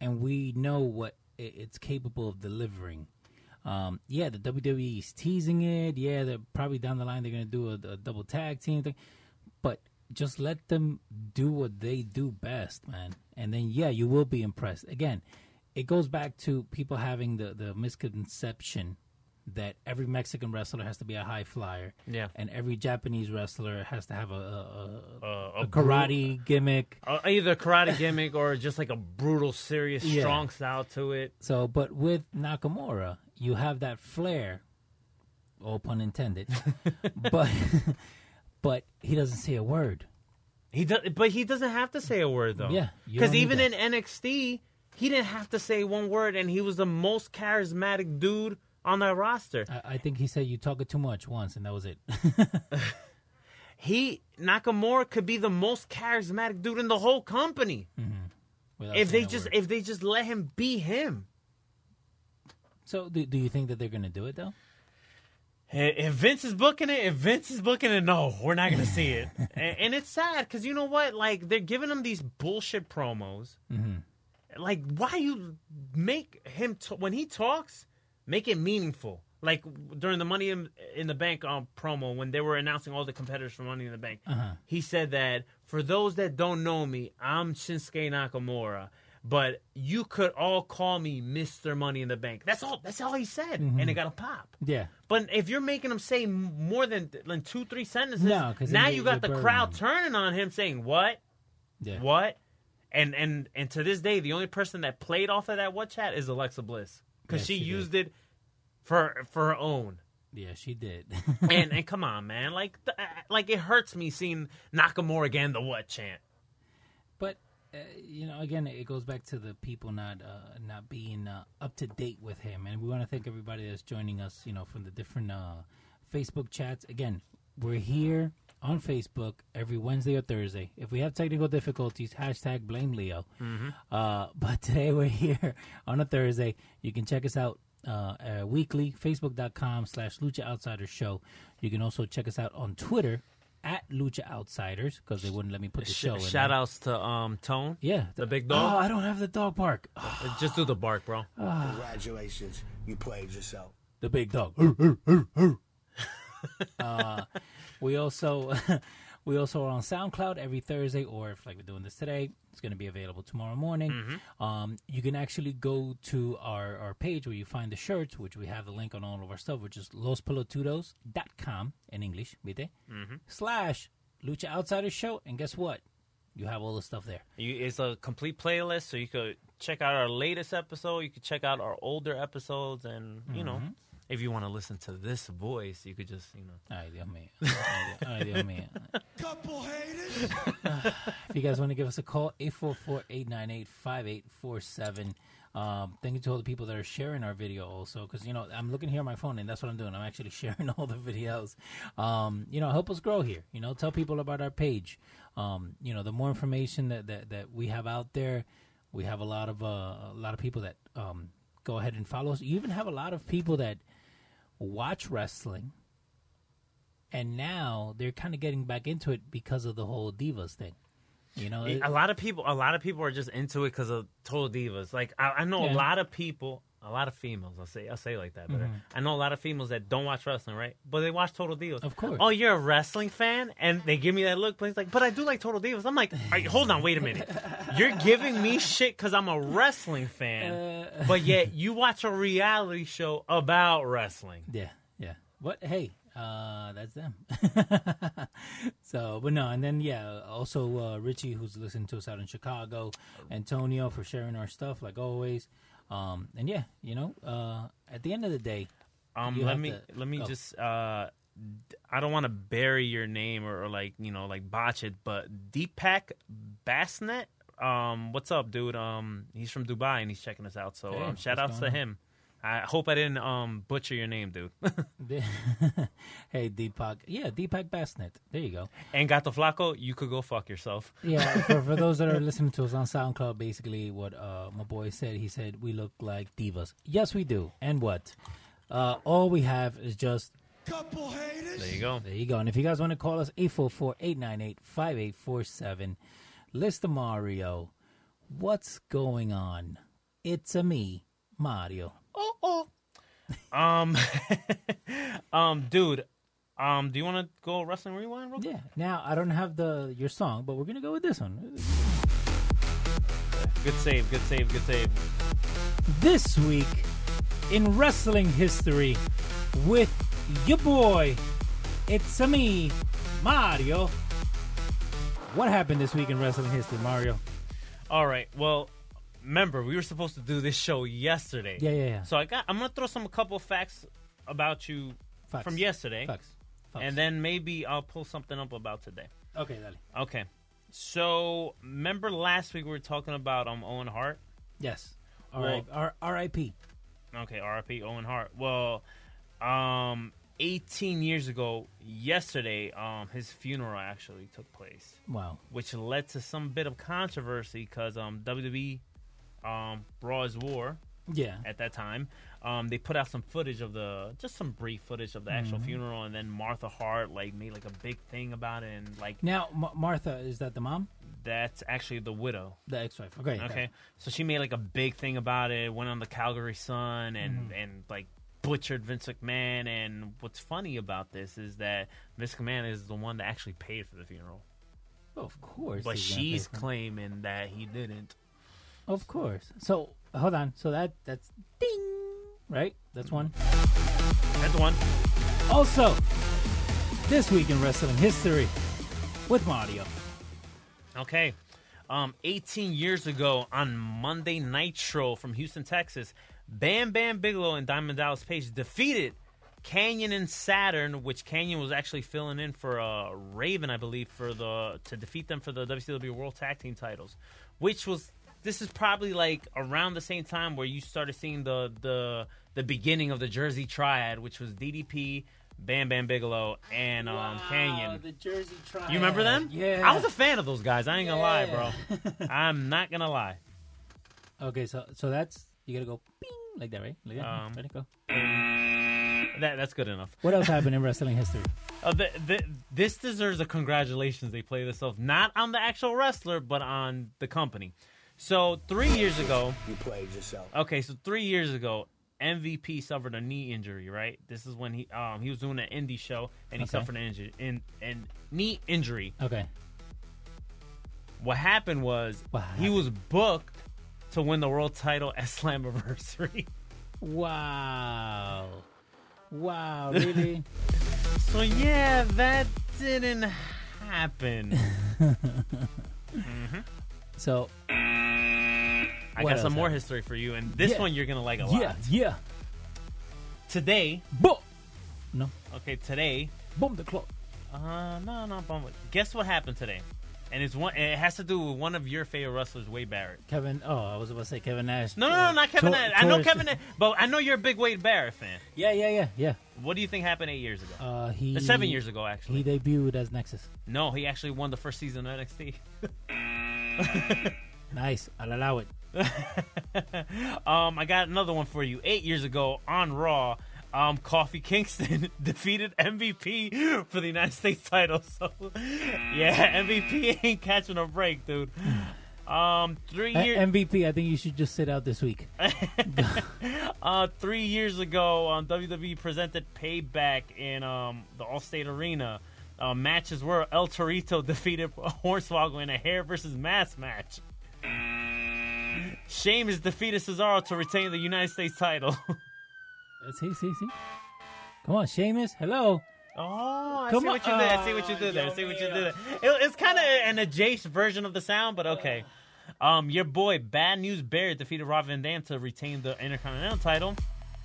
Speaker 4: and we know what i- it's capable of delivering. Um, yeah, the WWE is teasing it. Yeah, they're probably down the line they're gonna do a, a double tag team thing, but just let them do what they do best, man. And then yeah, you will be impressed. Again, it goes back to people having the the misconception that every Mexican wrestler has to be a high flyer.
Speaker 6: Yeah.
Speaker 4: And every Japanese wrestler has to have a, a, a,
Speaker 6: Uh,
Speaker 4: a karate gimmick.
Speaker 6: Uh, either a karate gimmick or just like a brutal, serious,
Speaker 4: Yeah.
Speaker 6: strong style to it.
Speaker 4: So, but with Nakamura, you have that flair, all pun intended. but but he doesn't say a word.
Speaker 6: He does, but he doesn't have to say a word though.
Speaker 4: Yeah, you don't
Speaker 6: because
Speaker 4: need
Speaker 6: even
Speaker 4: that.
Speaker 6: in NXT, he didn't have to say one word, and he was the most charismatic dude on that roster.
Speaker 4: I, I think he said you talk it too much once, and that was it.
Speaker 6: He Nakamura could be the most charismatic dude in the whole company
Speaker 4: without
Speaker 6: if
Speaker 4: saying
Speaker 6: they
Speaker 4: a
Speaker 6: just
Speaker 4: word.
Speaker 6: if they just let him be him.
Speaker 4: so do, do you think that they're gonna do it though?
Speaker 6: If Vince is booking it, if Vince is booking it, no, we're not going to see it. and, and it's sad because you know what? Like they're giving him these bullshit promos. Like why you make him t- when he talks, make it meaningful. Like during the Money in, in the Bank um, promo when they were announcing all the competitors for Money in the Bank, he said that for those that don't know me, I'm Shinsuke Nakamura. But you could all call me Mr. Money in the Bank. That's all. That's all he said, and it got a pop.
Speaker 4: Yeah.
Speaker 6: But if you're making him say m- more than, than two, three sentences,
Speaker 4: No, 'cause
Speaker 6: now
Speaker 4: then
Speaker 6: you
Speaker 4: you-
Speaker 6: got
Speaker 4: you
Speaker 6: the
Speaker 4: burn
Speaker 6: crowd
Speaker 4: him.
Speaker 6: turning on him saying, What?
Speaker 4: Yeah.
Speaker 6: What? And and and to this day, the only person that played off of that what chat is Alexa Bliss. Because
Speaker 4: Yes,
Speaker 6: she
Speaker 4: she did.
Speaker 6: used it for for her own.
Speaker 4: Yeah, she did.
Speaker 6: and and come on, man. Like th- like it hurts me seeing Nakamura again the what chant.
Speaker 4: But uh, you know, again, it goes back to the people not uh, not being uh, up to date with him, and we want to thank everybody that's joining us. You know, from the different uh, Facebook chats. Again, we're here on Facebook every Wednesday or Thursday. If we have technical difficulties, hashtag blame Leo. Uh, but today we're here on a Thursday. You can check us out uh, uh, weekly, facebook.com slash Lucha Outsiders Show. You can also check us out on Twitter at Lucha Outsiders because they wouldn't let me put the show in.
Speaker 6: Shout outs to um Tone.
Speaker 4: Yeah,
Speaker 6: The big
Speaker 4: Oh,
Speaker 6: dog.
Speaker 4: I don't have the dog park. Oh,
Speaker 6: Just do the bark, bro.
Speaker 7: Congratulations, you played yourself.
Speaker 4: the big dog. uh, we also We also are on SoundCloud every Thursday, or if like we're doing this today, it's going to be available tomorrow morning.
Speaker 6: Mm-hmm.
Speaker 4: Um, you can actually go to our, our page where you find the shirts, which we have the link on all of our stuff, which is lospelotudos.com in English, ¿viste?
Speaker 6: Mm-hmm.
Speaker 4: Slash Lucha Outsiders Show. And guess what? You have all the stuff there.
Speaker 6: You, it's a complete playlist, so you could check out our latest episode. You could check out our older episodes, and you know, if you want to listen to this voice, you could just you know.
Speaker 4: Ay, Dios mío. Ay, Dios- ay, Dios mío.
Speaker 1: Couple haters.
Speaker 4: If you guys want to give us a call, 844-898-5847. Um, thank you to all the people that are sharing our video also, because, you know, I'm looking here on my phone, and that's what I'm doing. I'm actually sharing all the videos. Um, you know, help us grow here. You know, tell people about our page. Um, you know, the more information that, that, that we have out there, we have a lot of uh, a lot of people that um, go ahead and follow us. You even have a lot of people that watch wrestling, and now they're kind of getting back into it because of the whole divas thing. You know, it-
Speaker 6: A lot of people, a lot of people are just into it because of Total Divas. Like I, I know
Speaker 4: Yeah.
Speaker 6: a lot of people, a lot of females. I'll say, I'll say it like that better. I know a lot of females that don't watch wrestling, right? But they watch Total Divas.
Speaker 4: Mm-hmm. Of course.
Speaker 6: Oh, you're a wrestling fan, and they give me that look. But it's like, but I do like Total Divas. I'm like, "All right, hold on, wait a minute. You're giving me shit because I'm a wrestling fan,
Speaker 4: Uh.
Speaker 6: but yet you watch a reality show about wrestling.
Speaker 4: Yeah, yeah. What? Hey, uh, that's them. so, but no, and then yeah, also uh, Richie, who's listening to us out in Chicago, Antonio for sharing our stuff like always, um, and yeah, you know, uh, at the end of the day,
Speaker 6: Um,
Speaker 4: You
Speaker 6: let
Speaker 4: have
Speaker 6: me
Speaker 4: to
Speaker 6: let me
Speaker 4: go.
Speaker 6: just. Uh, d- I don't want to bury your name or, or like you know like botch it, but Deepak Bassnet. Um, what's up, dude? Um, he's from Dubai and he's checking us out. So
Speaker 4: Hey,
Speaker 6: um, shout
Speaker 4: what's
Speaker 6: outs to
Speaker 4: going on?
Speaker 6: him. I hope I didn't um butcher your name, dude.
Speaker 4: the- hey Deepak, yeah, Deepak Bassnet, there you go.
Speaker 6: and Gato Flaco, you could go fuck yourself.
Speaker 4: Yeah, for, for those that are listening to us on SoundCloud, basically what uh, my boy said, he said we look like divas. Yes, we do. And what? Uh, all we have is just
Speaker 1: Couple haters.
Speaker 6: There you go.
Speaker 4: There you go. And if you guys want to call us, 844-898-5847. Lista Mario, what's going on? It's a me, Mario.
Speaker 6: Um,
Speaker 4: Mm.
Speaker 6: um, dude. Um, do you want to go wrestling rewind? Real quick?
Speaker 4: Yeah. Now I don't have the your song, but we're gonna go with this one.
Speaker 6: Good save, good save, good save.
Speaker 4: This week in wrestling history with your boy, it's a me, Mario. What happened this week in wrestling history, Mario?
Speaker 6: All right. Well, remember we were supposed to do this show yesterday.
Speaker 4: Yeah, yeah, yeah.
Speaker 6: So I got. I'm gonna throw some a couple facts about you
Speaker 4: Facts.
Speaker 6: from yesterday,
Speaker 4: Facts. Facts.
Speaker 6: and then maybe I'll pull something up about today.
Speaker 4: okay, dale.
Speaker 6: Okay. So remember last week we were talking about um Owen Hart.
Speaker 4: Yes. All
Speaker 6: Well-
Speaker 4: right. R- R.I.P.
Speaker 6: Okay, RIP Owen Hart. Well, um, 18 years ago yesterday, um, his funeral actually took place.
Speaker 4: Wow.
Speaker 6: which led to some bit of controversy because um, WWE um, Raw is War
Speaker 4: Yeah.
Speaker 6: at that time. Um, they put out some footage of the just some brief footage of the actual funeral, and then Martha Hart like made like a big thing about it, and like
Speaker 4: Now, Ma- Martha, is that the mom?
Speaker 6: that's actually the widow.
Speaker 4: The ex-wife. Okay.
Speaker 6: Okay, so she made like a big thing about it. Went on the Calgary Sun and and like butchered Vince McMahon. And what's funny about this is that Vince McMahon is the one that actually paid for the funeral,
Speaker 4: Well, Oh, of course.
Speaker 6: but
Speaker 4: he's gonna pay
Speaker 6: she's
Speaker 4: for it.
Speaker 6: claiming that he didn't.
Speaker 4: Of course. So hold on. So that that's ding, right? That's one.
Speaker 6: That's the one.
Speaker 4: Also, this week in wrestling history with Mario.
Speaker 6: Okay. Um, 18 years ago on Monday Nitro from Houston, Texas, Bam Bam Bigelow and Diamond Dallas Page defeated Canyon and Saturn, which Canyon was actually filling in for uh, Raven, I believe, for the to defeat them for the WCW World Tag Team titles, which was this is probably like around the same time where you started seeing the the the beginning of the Jersey Triad, which was DDP, Bam Bam Bigelow, and um, Canyon.
Speaker 4: Oh, the Jersey Triad.
Speaker 6: You remember them?
Speaker 4: Yeah.
Speaker 6: I was a fan of those guys. I ain't gonna lie,
Speaker 4: Yeah.
Speaker 6: bro. I'm not gonna lie.
Speaker 4: okay, so so that's you gotta go ping like that, right? Like that.
Speaker 6: Um,
Speaker 4: Ready, go.
Speaker 6: That that's good enough.
Speaker 4: What else happened in wrestling history?
Speaker 6: Uh, th th this deserves a congratulations. They play this off not on the actual wrestler, but on the company. So three years ago,
Speaker 7: You played yourself.
Speaker 6: okay, so three years ago, MVP suffered a knee injury, right? This is when he um he was doing an indie show and he
Speaker 4: Okay.
Speaker 6: suffered an injury in and knee injury.
Speaker 4: Okay.
Speaker 6: What happened was
Speaker 4: What
Speaker 6: he was booked to win the world title at Slammiversary.
Speaker 4: Wow. Wow. Really?
Speaker 6: so yeah, that didn't happen.
Speaker 4: so
Speaker 6: I
Speaker 4: What
Speaker 6: got some
Speaker 4: else
Speaker 6: more
Speaker 4: happened?
Speaker 6: history for you, and this
Speaker 4: Yeah.
Speaker 6: one you're gonna like a lot.
Speaker 4: yeah, yeah.
Speaker 6: Today,
Speaker 4: Boom. No.
Speaker 6: okay, today
Speaker 4: Boom the clock.
Speaker 6: Uh, no, no, bum. Guess what happened today? And it's one. It has to do with one of your favorite wrestlers, Wade Barrett.
Speaker 4: Kevin. Oh, I was about to say Kevin Nash.
Speaker 6: No, no, no, not Kevin.
Speaker 4: Tor-
Speaker 6: Nash. I know
Speaker 4: Torres-
Speaker 6: Kevin, Nash, but I know you're a big Wade Barrett fan.
Speaker 4: Yeah, yeah, yeah, yeah.
Speaker 6: What do you think happened eight years ago?
Speaker 4: Uh, he
Speaker 6: Uh, Seven years ago, actually.
Speaker 4: He debuted as Nexus.
Speaker 6: no, he actually won the first season of NXT.
Speaker 4: Nice. I'll allow it.
Speaker 6: Um, I got another one for you. Eight years ago on Raw, um, Coffee Kingston defeated MVP for the United States title. So, yeah, MVP ain't catching a break, dude. Um, three
Speaker 4: A-
Speaker 6: years.
Speaker 4: MVP. I think you should just sit out this week.
Speaker 6: Uh, three years ago, um, WWE presented Payback in um, the Allstate Arena. Uh, matches where El Torito defeated Hornswoggle in a hair versus mask match. Sheamus defeated Cesaro to retain the United States title.
Speaker 4: Uh, See, see, see. Come on, Sheamus. Hello.
Speaker 6: Oh, I
Speaker 4: Come
Speaker 6: see
Speaker 4: on-
Speaker 6: what you did. I see what you did there. I see what you did there. It- it's kind of an adjacent version of the sound, but okay. Um, your boy Bad News Barrett defeated Rob Van Dam to retain the Intercontinental title.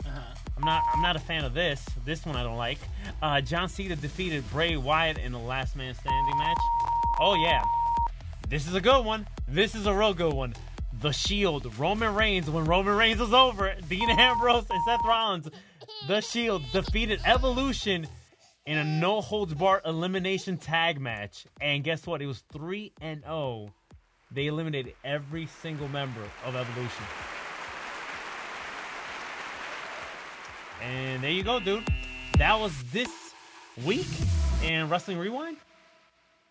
Speaker 4: Uh-huh.
Speaker 6: I'm not. I'm not a fan of this. This one I don't like. Uh, John Cena defeated Bray Wyatt in the Last Man Standing match. Oh yeah, this is a good one. This is a real good one. The Shield, Roman Reigns. When Roman Reigns was over, Dean Ambrose and Seth Rollins. The Shield defeated Evolution in a no holds bar elimination tag match. And guess what? It was 3 and 0. They eliminated every single member of Evolution. And there you go, dude. That was this week in Wrestling Rewind.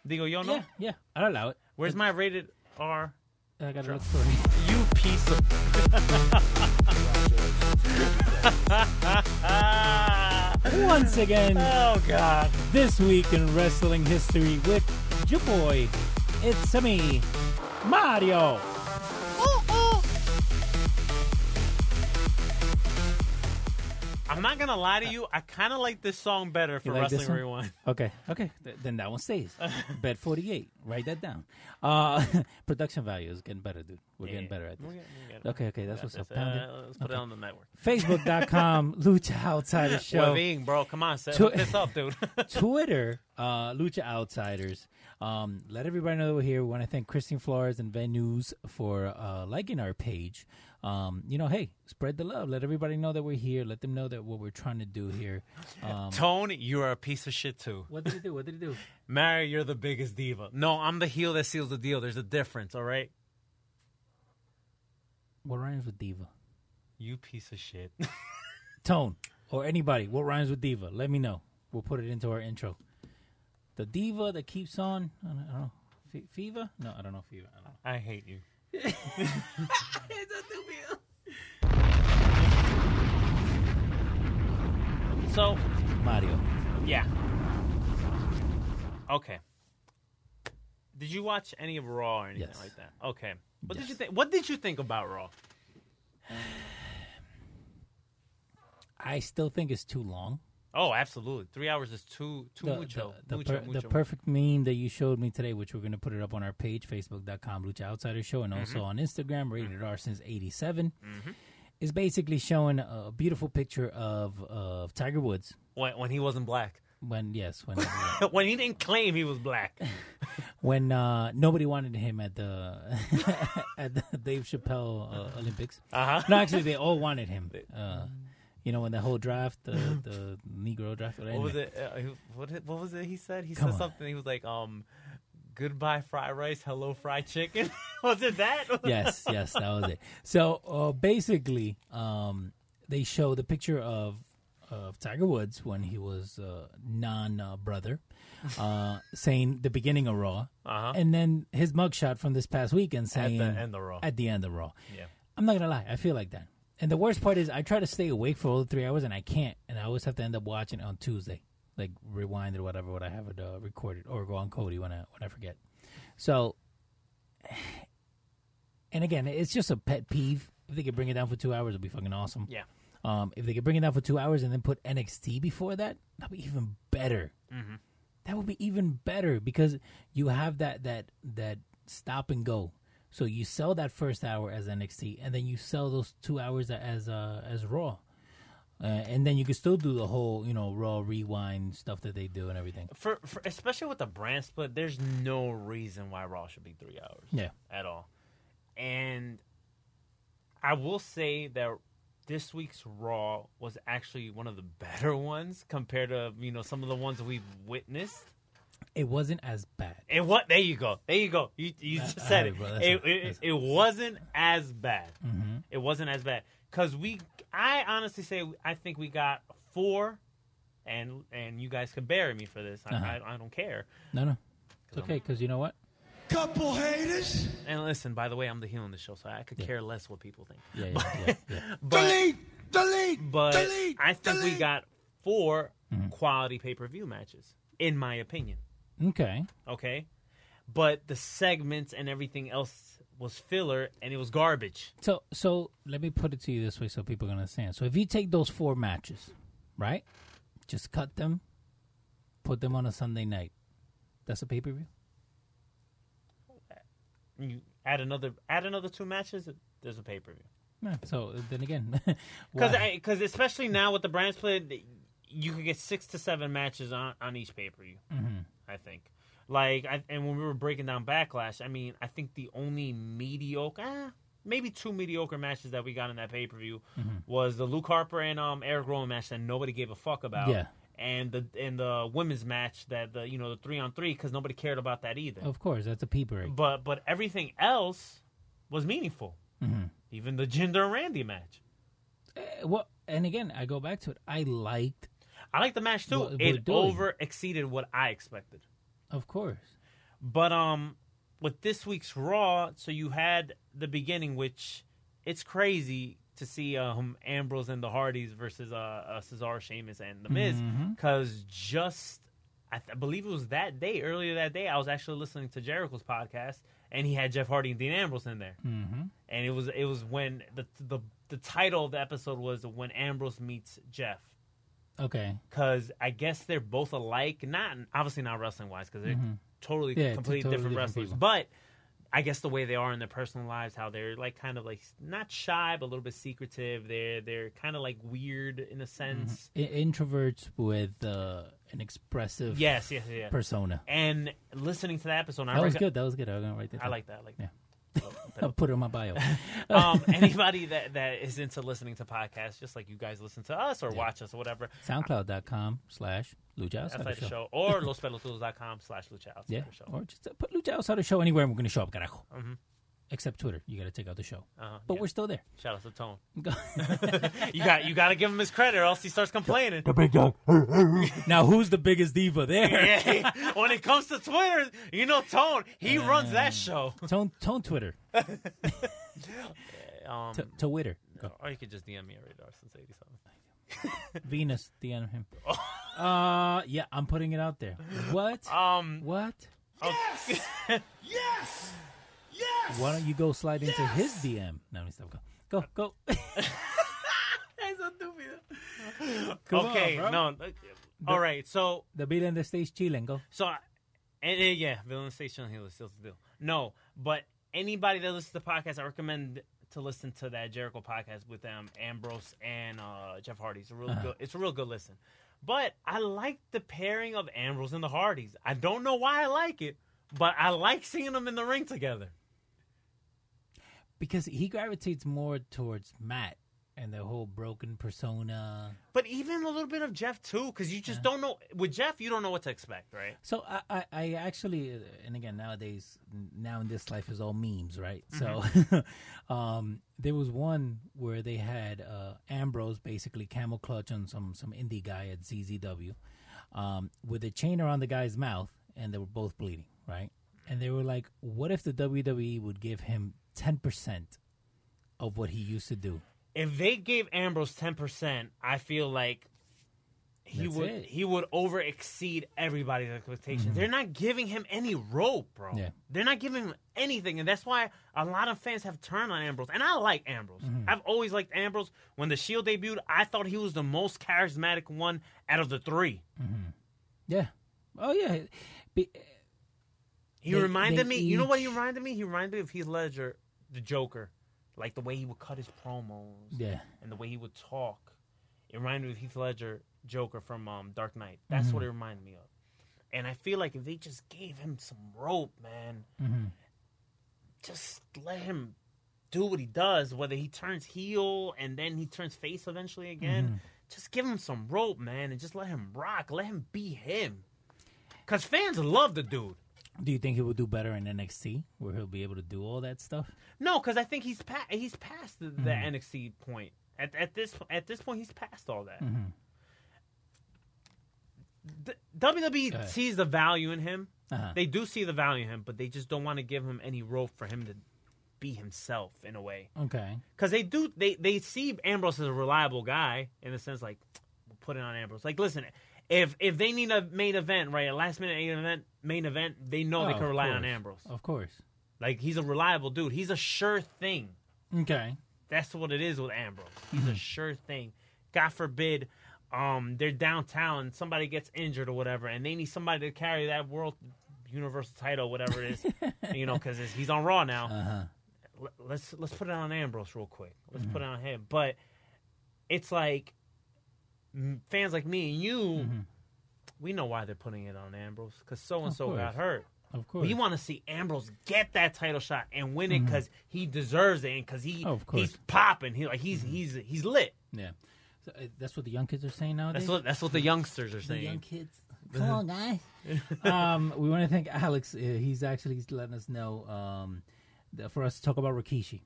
Speaker 6: Digo, yo no.
Speaker 4: Yeah, yeah. I'll allow it.
Speaker 6: Where's my rated R?
Speaker 4: I got a look for it.
Speaker 6: You piece of.
Speaker 4: Once again.
Speaker 6: Oh, God.
Speaker 4: This week in wrestling history with your boy, it's me, Mario.
Speaker 6: I'm not gonna lie to you. I kind of like this song better for
Speaker 4: You like
Speaker 6: Wrestling
Speaker 4: this one?
Speaker 6: Rewind.
Speaker 4: Okay, okay, th- then that one stays. Bet 48. Write that down. Uh, production value is getting better, dude. We're getting better at this.
Speaker 6: We'll get- we'll get it.
Speaker 4: Okay, okay, that's what's up.
Speaker 6: That's,
Speaker 4: Pound it.
Speaker 6: uh, let's put it on the network.
Speaker 4: Facebook.com, Lucha Outsider Show.
Speaker 6: Waving, bro. Come on, set
Speaker 4: To-
Speaker 6: hook this up, dude.
Speaker 4: Twitter, uh, Lucha Outsiders. Um, let everybody know that we're here. We want to thank Christine Flores and Venues for uh, liking our page. Um, you know, hey, spread the love. Let everybody know that we're here. Let them know that what we're trying to do here. Um,
Speaker 6: Tone, you are a piece of shit too.
Speaker 4: what did he do? What did he do?
Speaker 6: Mary, you're the biggest diva. No, I'm the heel that seals the deal. There's a difference, all right?
Speaker 4: What rhymes with diva?
Speaker 6: You piece of shit.
Speaker 4: Tone or anybody. What rhymes with diva? Let me know. We'll put it into our intro. The diva that keeps on. I don't I don't know. Fe- Fever? No, I don't know. Fever. I don't know.
Speaker 6: I hate you. so,
Speaker 4: Mario.
Speaker 6: yeah. Okay. Did you watch any of Raw or anything
Speaker 4: Yes.
Speaker 6: like that? Okay. What
Speaker 4: Yes.
Speaker 6: did you think? What did you think about Raw?
Speaker 4: I still think it's too long.
Speaker 6: Oh, absolutely. Three hours is too too
Speaker 4: the,
Speaker 6: mucho.
Speaker 4: the- the
Speaker 6: mucho,
Speaker 4: per-
Speaker 6: mucho.
Speaker 4: the perfect meme that you showed me today, which we're going to put it up on our page, facebook.com, Lucha Outsider Show, and
Speaker 6: Mm-hmm.
Speaker 4: also on Instagram, rated R since 87, is basically showing a a beautiful picture of, of Tiger Woods
Speaker 6: when, when he wasn't black.
Speaker 4: when, yes, when
Speaker 6: when he didn't claim he was black.
Speaker 4: when uh, nobody wanted him at the at the Dave Chappelle uh, Olympics.
Speaker 6: Uh-huh.
Speaker 4: No, actually, they all wanted him. Uh, you know, when the whole draft, the, the Negro draft. But
Speaker 6: What was
Speaker 4: anyway.
Speaker 6: it? Uh, he- what, it- what was it he said? He
Speaker 4: Come
Speaker 6: said
Speaker 4: on.
Speaker 6: something. He was like, um, goodbye fried rice, hello fried chicken. was it that?
Speaker 4: yes, yes, that was it. So uh, basically, um, they show the picture of of Tiger Woods when he was uh, non uh, brother, uh, saying the beginning of Raw,
Speaker 6: Uh-huh.
Speaker 4: and then his mugshot from this past weekend saying
Speaker 6: end of Raw.
Speaker 4: At the end of Raw,
Speaker 6: Yeah.
Speaker 4: I'm not gonna lie, I feel like that. And the worst part is, I try to stay awake for all three hours, and I can't. And I always have to end up watching on Tuesday, like rewind or whatever, what I have it uh, recorded, or go on Cody when I when I forget. So, and again, it's just a pet peeve. If they could bring it down for two hours, it'd be fucking awesome.
Speaker 6: Yeah.
Speaker 4: Um, if they could bring it down for two hours and then put NXT before that, that'd be even better. That would be even better because you have that that that stop and go. So you sell that first hour as NXT, and then you sell those two hours as uh, as Raw, uh, and then you can still do the whole you know Raw rewind stuff that they do and everything.
Speaker 6: For, for especially with the brand split, there's no reason why Raw should be three hours.
Speaker 4: Yeah.
Speaker 6: at all. And I will say that this week's Raw was actually one of the better ones compared to you know some of the ones that we've witnessed.
Speaker 4: It wasn't as bad.
Speaker 6: It what? There you go. There you go. You, you
Speaker 4: I-
Speaker 6: just
Speaker 4: I heard
Speaker 6: said it.
Speaker 4: it, bro. That's it.
Speaker 6: It, it,
Speaker 4: That's Mm-hmm.
Speaker 6: it wasn't as bad. It wasn't as bad because we. I honestly say I think we got four, and and you guys can bury me for this. I,
Speaker 4: Uh-huh.
Speaker 6: I, I don't care.
Speaker 4: No, no, it's okay because you know what?
Speaker 1: Couple haters.
Speaker 6: And listen, by the way, I'm the heel in the show, so I could care less what people think.
Speaker 4: Yeah, yeah, yeah, yeah.
Speaker 6: But
Speaker 1: delete, delete,
Speaker 6: but
Speaker 1: delete.
Speaker 6: I think we
Speaker 1: delete.
Speaker 6: got 4 quality pay per view matches, in my opinion.
Speaker 4: Okay.
Speaker 6: Okay, but the segments and everything else was filler, and it was garbage.
Speaker 4: So so let me put it to you this way so people can understand. So if you take those four matches, right? Just cut them, put them on a Sunday night. That's a pay per view?
Speaker 6: you add another add another two matches, there's a pay per view.
Speaker 4: Yeah. So then again,
Speaker 6: Because
Speaker 4: why-
Speaker 6: because especially now with the brand split, you can get six to seven matches on on each pay per view.
Speaker 4: Mm-hmm.
Speaker 6: I think. Like I, and when we were breaking down backlash, I mean, I think the only mediocre, ah, maybe two mediocre matches that we got in that pay per view
Speaker 4: Mm-hmm.
Speaker 6: was the Luke Harper and um Eric Rowan match that nobody gave a fuck about.
Speaker 4: Yeah.
Speaker 6: And the and the women's match that the you know the three on three because nobody cared about that either.
Speaker 4: of course that's a pee break.
Speaker 6: but but everything else was meaningful.
Speaker 4: Mm-hmm.
Speaker 6: Even the Jinder and Randy match.
Speaker 4: Eh, Well, and again, I go back to it. I liked,
Speaker 6: I like the match too.
Speaker 4: What- what
Speaker 6: it
Speaker 4: doing?
Speaker 6: over exceeded what I expected.
Speaker 4: of course.
Speaker 6: But um, with this week's Raw, so you had the beginning, which it's crazy to see um Ambrose and the Hardys versus uh, uh Cesaro, Sheamus, and The Miz,
Speaker 4: Mm-hmm.
Speaker 6: because just I, th- I believe it was that day, earlier that day, I was actually listening to Jericho's podcast, and he had Jeff Hardy and Dean Ambrose in there, mm-hmm. and it was it was when the the the title of the episode was when Ambrose meets Jeff
Speaker 4: Okay.
Speaker 6: because I guess they're both alike. Not obviously not wrestling wise because they're totally
Speaker 4: Mm-hmm. Yeah, two
Speaker 6: completely
Speaker 4: totally
Speaker 6: different
Speaker 4: different
Speaker 6: wrestlers.
Speaker 4: people.
Speaker 6: But I guess the way they are in their personal lives, how they're like kind of like not shy but a little bit secretive. They're they're kind of like weird in a sense.
Speaker 4: I- introverts with uh, an expressive
Speaker 6: Yes, yes, yes.
Speaker 4: persona.
Speaker 6: and listening to that episode, I,
Speaker 4: That was
Speaker 6: reco-
Speaker 4: good. That was good. I'm gonna write that.
Speaker 6: I
Speaker 4: down.
Speaker 6: like that. I like that.
Speaker 4: I'll put it in my bio.
Speaker 6: um, anybody that, that is into listening to podcasts, just like you guys listen to us or watch us or whatever,
Speaker 4: SoundCloud.com slash Lucha
Speaker 6: that's
Speaker 4: Outsider
Speaker 6: like the
Speaker 4: Show.
Speaker 6: show. Or lospelotudos.com slash lucha outsider
Speaker 4: Yeah,
Speaker 6: show.
Speaker 4: or just uh, put Lucha outside the show anywhere and we're going to show up, carajo. Except Twitter. You got to take out the show.
Speaker 6: Uh-huh,
Speaker 4: but
Speaker 6: yeah.
Speaker 4: we're still there.
Speaker 6: Shout out to Tone.
Speaker 4: Go-
Speaker 6: You got you got to give him his credit, or else he starts complaining.
Speaker 4: now, who's the biggest diva there?
Speaker 6: when it comes to Twitter, you know Tone, he runs that
Speaker 4: Mm.
Speaker 6: show.
Speaker 4: Tone, tone Twitter.
Speaker 6: Um,
Speaker 4: T- Twitter. Go.
Speaker 6: or you could just DM me at Radar since '87.
Speaker 4: Venus, the end of him. uh, yeah, I'm putting it out there. What?
Speaker 6: Oh. Um,
Speaker 4: what?
Speaker 1: Yes, yes, yes.
Speaker 4: Why don't you go slide into his DM? No, let me stop. Go, go. go. Come on,
Speaker 6: okay,
Speaker 4: bro.
Speaker 6: no, uh, all right. So
Speaker 4: The beat in the stage chilling. Go.
Speaker 6: so, I- and, and yeah, Villain Station Hill is still the deal. No, but anybody that listens to the podcast, I recommend to listen to that Jericho podcast with them, Ambrose and uh, Jeff Hardy. It's a real good. It's a real good listen. But I like the pairing of Ambrose and the Hardys. I don't know why I like it, but I like seeing them in the ring together.
Speaker 4: Because he gravitates more towards Matt and the whole broken persona.
Speaker 6: But even a little bit of Jeff too, because you just don't know with Jeff, you don't know what to expect, right?
Speaker 4: So I, I, I actually, uh, and again, nowadays, n- now in this life is all memes, right? So, um, there was one where they had uh, Ambrose basically camel clutch on some some indie guy at ZZW, um, with a chain around the guy's mouth, and they were both bleeding, right? And they were like, E "What if the WWE would give him ten percent of what he used to do?"
Speaker 6: if they gave Ambrose ten percent, I feel like he
Speaker 4: That's
Speaker 6: would
Speaker 4: it. Mm-hmm.
Speaker 6: he would over exceed everybody's expectations. They're not giving him any rope, bro.
Speaker 4: Yeah.
Speaker 6: They're not giving him anything, and that's why a lot of fans have turned on Ambrose. And I like Ambrose.
Speaker 4: Mm-hmm.
Speaker 6: I've always liked Ambrose. When the Shield debuted, I thought he was the most charismatic one out of the three.
Speaker 4: Yeah. Oh yeah. Be-
Speaker 6: He
Speaker 4: They-
Speaker 6: reminded
Speaker 4: they
Speaker 6: me. You know what he
Speaker 4: each-
Speaker 6: reminded me? He reminded me of Heath Ledger, the Joker, like the way he would cut his promos
Speaker 4: yeah.
Speaker 6: and the way he would talk. It reminded me of Heath Ledger, Joker from um, Dark Knight. That's what it reminded me of. And I feel like if they just gave him some rope, man, just let him do what he does, whether he turns heel and then he turns face eventually again, just give him some rope, man, and just let him rock. Let him be him. Because fans love the dude.
Speaker 4: Do you think he will do better in NXT where he'll be able to do all that stuff?
Speaker 6: No, because I think he's pa- he's past the,
Speaker 4: Mm-hmm.
Speaker 6: the NXT point. At, at this at this point, he's past all that.
Speaker 4: Mm-hmm.
Speaker 6: The- WWE
Speaker 4: ahead.
Speaker 6: sees the value in him.
Speaker 4: Uh-huh.
Speaker 6: They do see the value in him, but they just don't want to give him any rope for him to be himself in a way.
Speaker 4: Okay.
Speaker 6: Because they do they they see Ambrose as a reliable guy in the sense like we'll put it on Ambrose. Like listen, if if they need a main event right, a last minute main event main event, they know they
Speaker 4: Oh,
Speaker 6: can
Speaker 4: of
Speaker 6: rely on
Speaker 4: course.
Speaker 6: Ambrose.
Speaker 4: Of course.
Speaker 6: Like he's a reliable dude. He's a sure thing.
Speaker 4: Okay.
Speaker 6: That's what it is with Ambrose. He's a sure thing. God forbid, um, they're downtown, somebody gets injured or whatever, and they need somebody to carry that world, universal title, whatever it is, you know, because he's on Raw now. Let- Let's let's put it on Ambrose real quick. Let's put it on him. But it's like m- fans like me and you, we know why they're putting it on Ambrose because so and so
Speaker 4: course.
Speaker 6: got hurt.
Speaker 4: Of course. Mm-hmm.
Speaker 6: We want to see Ambrose get that title shot and win it because he deserves it and because he
Speaker 4: Oh, of course. Mm-hmm.
Speaker 6: he's popping. He like he's he's he's lit.
Speaker 4: yeah. So, uh, that's what the young kids are saying nowadays.
Speaker 6: That's what that's what the youngsters are saying.
Speaker 4: kids. Come on, guys. um, we want to thank Alex. Uh, he's actually letting us know um, that for us to talk about Rikishi.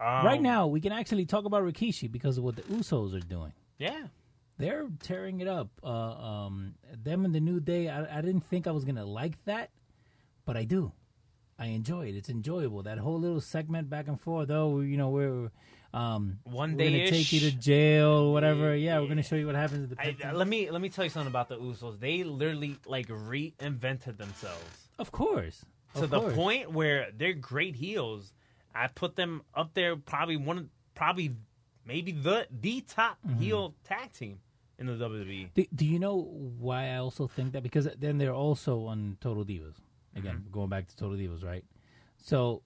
Speaker 6: Um,
Speaker 4: right now, we can actually talk about Rikishi because of what the Usos are doing.
Speaker 6: yeah.
Speaker 4: They're tearing it up. Uh, um, them and the New Day. I, I didn't think I was gonna like that, but I do. I enjoy it. It's enjoyable. That whole little segment back and forth. Though you know we're um,
Speaker 6: One
Speaker 4: we're gonna take
Speaker 6: day-ish.
Speaker 4: you to jail, whatever. Yeah, we're gonna show you what happens at the.
Speaker 6: I,
Speaker 4: pit.
Speaker 6: let me let me tell you something about the Usos. They literally like reinvented themselves
Speaker 4: of course.
Speaker 6: to
Speaker 4: Of
Speaker 6: the
Speaker 4: course.
Speaker 6: point where they're great heels. I put them up there, probably one, of- probably maybe the the top
Speaker 4: Mm-hmm.
Speaker 6: heel tag team in the E. WWE.
Speaker 4: Do, do you know why I also think that? Because then they're also on Total Divas. Again,
Speaker 6: Mm-hmm.
Speaker 4: going back to Total Divas, right? So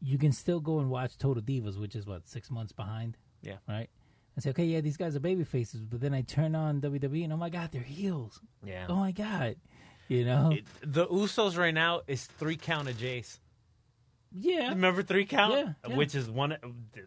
Speaker 4: you can still go and watch Total Divas, which is what six months behind.
Speaker 6: Yeah.
Speaker 4: Right. And say, okay, yeah, these guys are baby faces, but then I turn on WWE, and oh my god, they're heels.
Speaker 6: Yeah.
Speaker 4: Oh my god. You know.
Speaker 6: It- the Usos right now is three count of Jace.
Speaker 4: yeah.
Speaker 6: Remember three count,
Speaker 4: Yeah, yeah.
Speaker 6: which is one.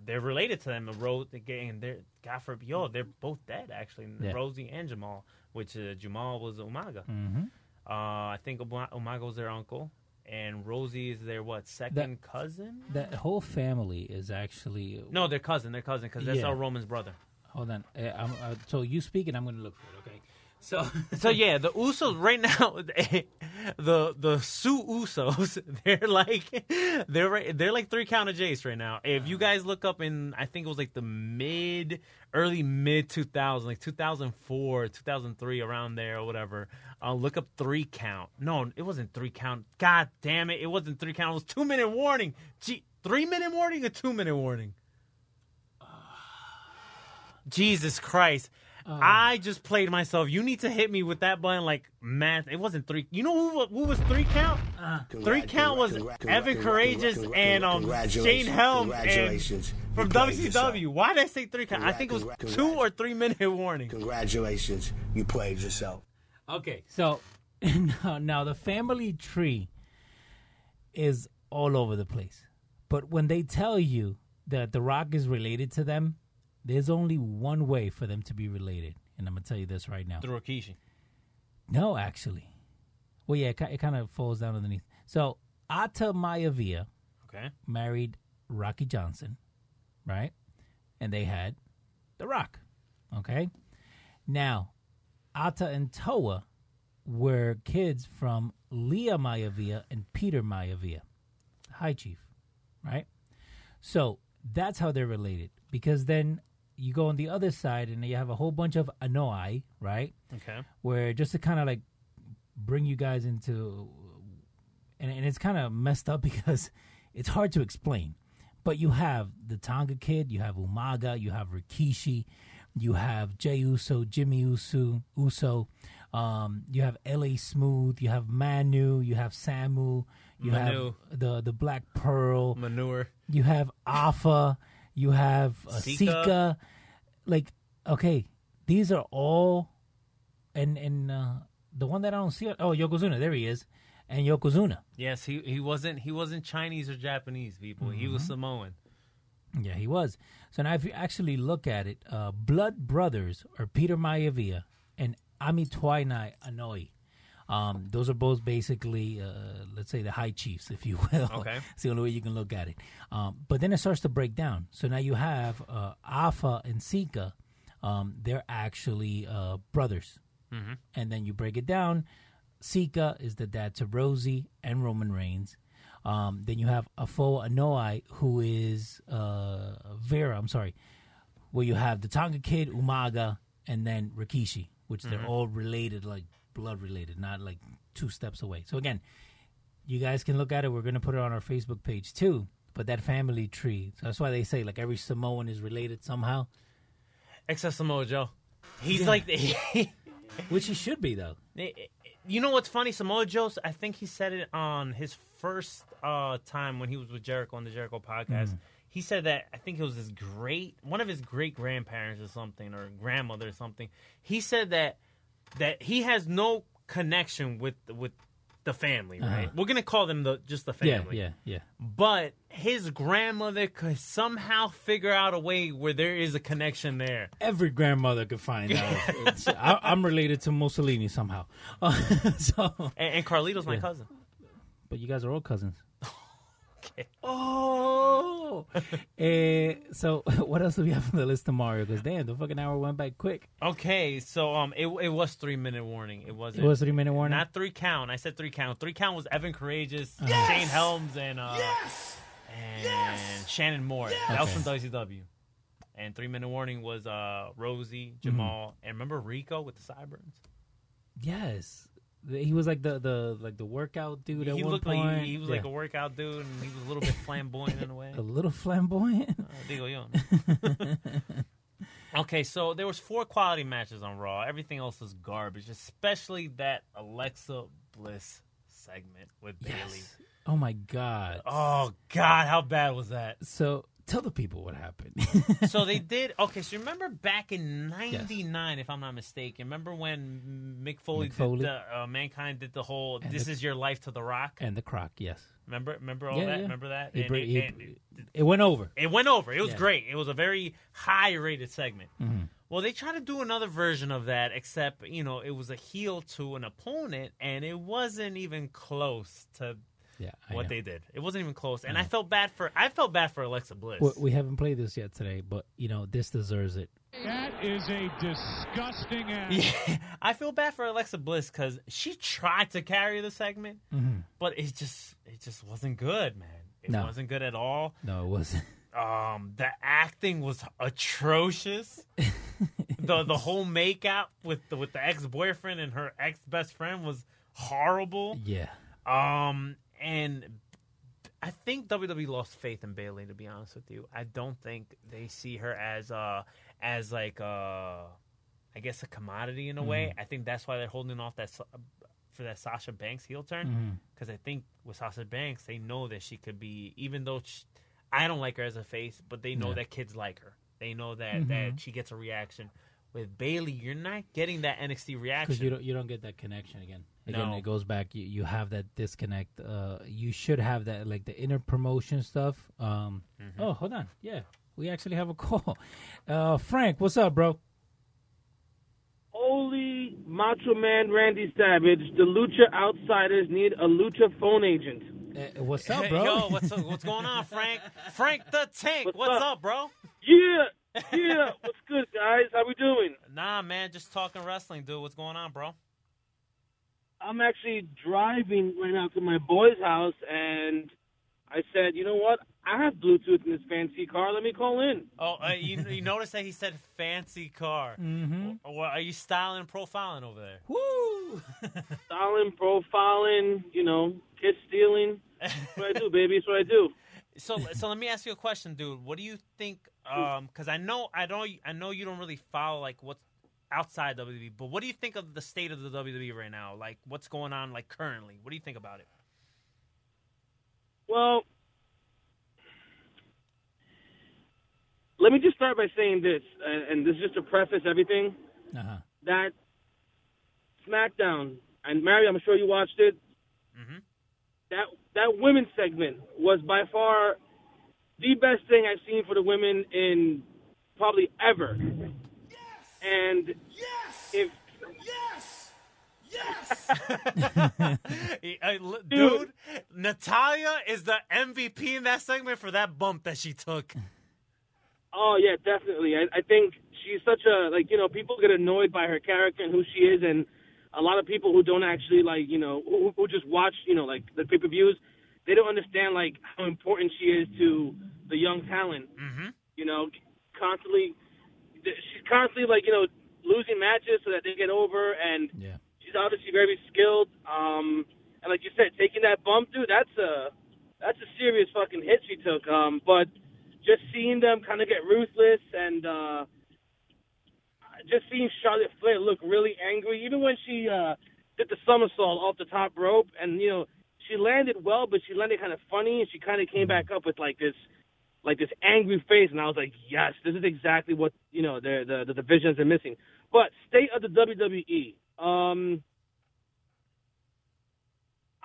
Speaker 6: They're related to them. Rose again. They're God for yo. They're both dead actually.
Speaker 4: Yeah.
Speaker 6: Rosie and Jamal, which uh, Jamal was Umaga.
Speaker 4: Mhm.
Speaker 6: Uh, I think Uma- Umaga was their uncle, and Rosie is their what second cousin?
Speaker 4: That whole family is actually.
Speaker 6: No, their cousin. Their cousin because that's
Speaker 4: Yeah.
Speaker 6: our Roman's brother.
Speaker 4: Hold on. Uh, I'm, uh, so you speak, and I'm going to look for it. Okay. So.
Speaker 6: So yeah, the Usos right now, they- the the Sue Usos, they're like they're right, they're like three count of Jace right now. If you guys look up in, I think it was like the mid, early mid 2000, like 2004, 2003, around there or whatever. Uh, look up three count. No, it wasn't three count. God damn it, it wasn't three count. It was two minute warning. Gee, three minute warning or two minute warning. Jesus Christ. I just played myself. You need to hit me with that button like math. It wasn't three. You know who, wa- who was three count? Three count was Evan Courageous and um Shane Helms and from WCW. Why did I say three count? I think it was
Speaker 7: Congrats.
Speaker 6: two or three minute warning.
Speaker 7: Congratulations, you played yourself.
Speaker 4: Okay, so now, now the family tree is all over the place. But when they tell you that The Rock is related to them, there's only one way for them to be related. And I'm going to tell you this right now.
Speaker 6: Through Rikishi.
Speaker 4: No, actually. Well, yeah, it, ki- it kind of falls down underneath. So, Atta Mayavia
Speaker 6: Okay.
Speaker 4: married Rocky Johnson, right? And they had The Rock, okay? Now, Atta and Toa were kids from Leah Mayavia and Peter Mayavia, High Chief, right? So That's how they're related. Because then you go on the other side and you have a whole bunch of Anoa'i, right?
Speaker 6: Okay.
Speaker 4: Where just to kind of like bring you guys into, and, and it's kind of messed up because it's hard to explain. But you have the Tonga Kid, you have Umaga, you have Rikishi, you have Jey Uso, Jimmy Uso, Uso. Um, you have LA Smooth, you have Manu, you have Samu, you
Speaker 9: Manu.
Speaker 4: have the the Black Pearl,
Speaker 9: Manure.
Speaker 4: you have Alpha, you have uh,
Speaker 6: Sika.
Speaker 4: Sika. Like, okay, these are all, and and uh, the one that I don't see. Oh, Yokozuna, there he is, and Yokozuna.
Speaker 6: Yes, he, he wasn't he wasn't Chinese or Japanese people. He was Samoan.
Speaker 4: Yeah, he was. So now, if you actually look at it, uh, blood brothers are Peter Maivia and Ami Twainai Anoi. Um, those are both basically, uh, let's say, the high chiefs, if you will.
Speaker 6: Okay.
Speaker 4: it's the only way you can look at it. Um, but then it starts to break down. So now you have uh, Alpha and Sika. Um, they're actually uh, brothers. Mm-hmm. And then you break it down. Sika is the dad to Rosie and Roman Reigns. Um, then you have Afo Anoa'i, who is uh, Vera. I'm sorry. Where you have the Tonga Kid, Umaga, and then Rikishi, which they're all related, like blood related, not like two steps away. So again, you guys can look at it. We're going to put it on our Facebook page too. But that family tree. So that's why they say like every Samoan is related somehow,
Speaker 6: Except Samoa Joe. He's like
Speaker 4: which he should be though.
Speaker 6: eh, You know what's funny? Samoa Joe, I think he said it on his first uh, time when he was with Jericho on the Jericho podcast.
Speaker 4: Mm.
Speaker 6: He said that I think it was his great one of his great grandparents or something or grandmother or something. He said that that he has no connection with with the family, right? We're gonna call them the just the
Speaker 4: Uh-huh. Yeah,
Speaker 6: family.
Speaker 4: yeah, yeah.
Speaker 6: But his grandmother could somehow figure out a way where there is a connection there.
Speaker 4: Every grandmother could find out. It's- I, I'm related to Mussolini somehow. so,
Speaker 6: And, and Carlito's my cousin.
Speaker 4: but you guys are all cousins.
Speaker 6: Okay.
Speaker 4: Oh. Eh, so what else do we have on the list tomorrow? Because damn, the fucking hour went by quick.
Speaker 6: Okay, so um, it, it was three minute warning. It wasn't.
Speaker 4: It was three minute warning.
Speaker 6: not three count. I said three count. Three count was Evan Courageous,
Speaker 4: Uh-huh.
Speaker 6: Shane Helms, and uh, and Shannon Moore. That was
Speaker 4: Okay.
Speaker 6: from WCW. And three minute warning was uh Rosie,
Speaker 4: Mm-hmm.
Speaker 6: Jamal, and remember Rico with the sideburns.
Speaker 4: yes, he was like the the like the workout dude. at
Speaker 6: he
Speaker 4: one
Speaker 6: looked
Speaker 4: point.
Speaker 6: like he, he was like
Speaker 4: Yeah.
Speaker 6: a workout dude, and he was a little bit flamboyant in a way.
Speaker 4: a little flamboyant.
Speaker 6: Digo yo. okay, so there was four quality matches on Raw. Everything else was garbage, especially that Alexa Bliss segment with Bailey.
Speaker 4: Yes. Oh my god.
Speaker 6: Oh God, how bad was that?
Speaker 4: So tell the people what happened.
Speaker 6: so they did. Okay, so remember back in '99, if I'm not mistaken, remember when Mick Foley,
Speaker 4: Mick Foley.
Speaker 6: did the uh, Mankind did the whole
Speaker 4: And
Speaker 6: "This
Speaker 4: the-
Speaker 6: is your life" to the Rock.
Speaker 4: and the croc, yes.
Speaker 6: Remember, remember all
Speaker 4: Yeah,
Speaker 6: that.
Speaker 4: yeah.
Speaker 6: Remember that.
Speaker 4: He
Speaker 6: And
Speaker 4: bra-
Speaker 6: it,
Speaker 4: he-
Speaker 6: and it-
Speaker 4: it went over.
Speaker 6: it went over. It was
Speaker 4: Yeah. Mm-hmm.
Speaker 6: great. It was a very high rated segment. Well, they tried to do another version of that, except you know it was a heel to an opponent, and it wasn't even close to
Speaker 4: Yeah. I
Speaker 6: what
Speaker 4: know.
Speaker 6: they did. It wasn't even close, and I felt bad for I felt bad for Alexa Bliss.
Speaker 4: We, we haven't played this yet today, but you know this deserves it.
Speaker 5: That is a disgusting act.
Speaker 6: Yeah, I feel bad for Alexa Bliss because she tried to carry the segment, but it just it just wasn't good, man. It
Speaker 4: Mm-hmm. No.
Speaker 6: wasn't good at all.
Speaker 4: No, it wasn't.
Speaker 6: Um, the acting was atrocious. the the whole makeout with the, with the ex boyfriend and her ex best friend was horrible.
Speaker 4: yeah.
Speaker 6: Um, and I think WWE lost faith in Bailey. To be honest with you, I don't think they see her as uh as like uh I guess a commodity in a
Speaker 4: Mm-hmm.
Speaker 6: way. I think that's why they're holding off that Sa- for that Sasha Banks heel
Speaker 4: Mm-hmm.
Speaker 6: turn because I think with Sasha Banks they know that she could be even though sh I don't like her as a face, but they know that kids like her. They know that
Speaker 4: Mm-hmm.
Speaker 6: that she gets a reaction. With Bailey, you're not getting that NXT reaction.
Speaker 4: because you don't you don't get that connection again. Again,
Speaker 6: No.
Speaker 4: it goes back. You, you have that disconnect. Uh, you should have that like the inner promotion stuff. Um,
Speaker 6: Mm-hmm.
Speaker 4: oh, hold on, yeah, we actually have a call. Uh, Frank, what's up, bro?
Speaker 10: Holy Macho Man Randy Savage, the Lucha Outsiders need a Lucha phone agent.
Speaker 4: Uh, what's up,
Speaker 6: Hey,
Speaker 4: bro?
Speaker 6: Yo, what's up, what's going on, Frank? Frank the Tank, what's,
Speaker 10: What's
Speaker 6: up?
Speaker 10: up?
Speaker 6: bro?
Speaker 10: Yeah, yeah. What's good, guys? How we doing?
Speaker 6: Nah, man, just talking wrestling, dude. What's going on, bro?
Speaker 10: I'm actually driving right now to my boy's house, and I said, you know what? I have Bluetooth in this fancy car. Let me call in.
Speaker 6: Oh, uh, you, you notice that he said fancy car. Mm-hmm. Well, are you styling and profiling over there?
Speaker 4: Woo!
Speaker 10: Styling, profiling, you know, kiss stealing. That's what I do, baby. That's what I do.
Speaker 6: So, so let me ask you a question, dude. What do you think? Because I know, I know, I know you don't really follow like what's outside WWE, but what do you think of the state of the WWE right now? Like, what's going on like currently? What do you think about it?
Speaker 10: Well, let me just start by saying this, and and this is just to preface everything
Speaker 4: Uh-huh.
Speaker 10: that SmackDown and Mary, I'm sure you watched it.
Speaker 6: Mhm.
Speaker 10: That that women's segment was by far the best thing I've seen for the women in probably ever. And
Speaker 1: Yes!
Speaker 10: if
Speaker 1: Yes! Yes!
Speaker 6: Eh, I- l- dude,
Speaker 10: Dude.
Speaker 6: Natalia is the MVP in that segment for that bump that she took.
Speaker 10: Oh yeah, definitely. I, I think she's such a like you know people get annoyed by her character and who she is, and a lot of people who don't actually like you know who, who just watch you know like the pay per views, they don't understand like how important she is to the young talent.
Speaker 6: Mm-hmm.
Speaker 10: You know, constantly th- she's constantly like you know losing matches so that they get over, and
Speaker 4: Yeah.
Speaker 10: she's obviously very skilled. Um, and like you said, taking that bump, dude, that's a that's a serious fucking hit she took. Um, but just seeing them kind of get ruthless and uh, just seeing Charlotte Flair look really angry, even when she uh, did the somersault off the top rope, and you know she landed well, but she landed kind of funny, and she kind of came back up with like this. Like this angry face, and I was like, "Yes, this is exactly what you know the the, the divisions are missing." But state of the WWE, um,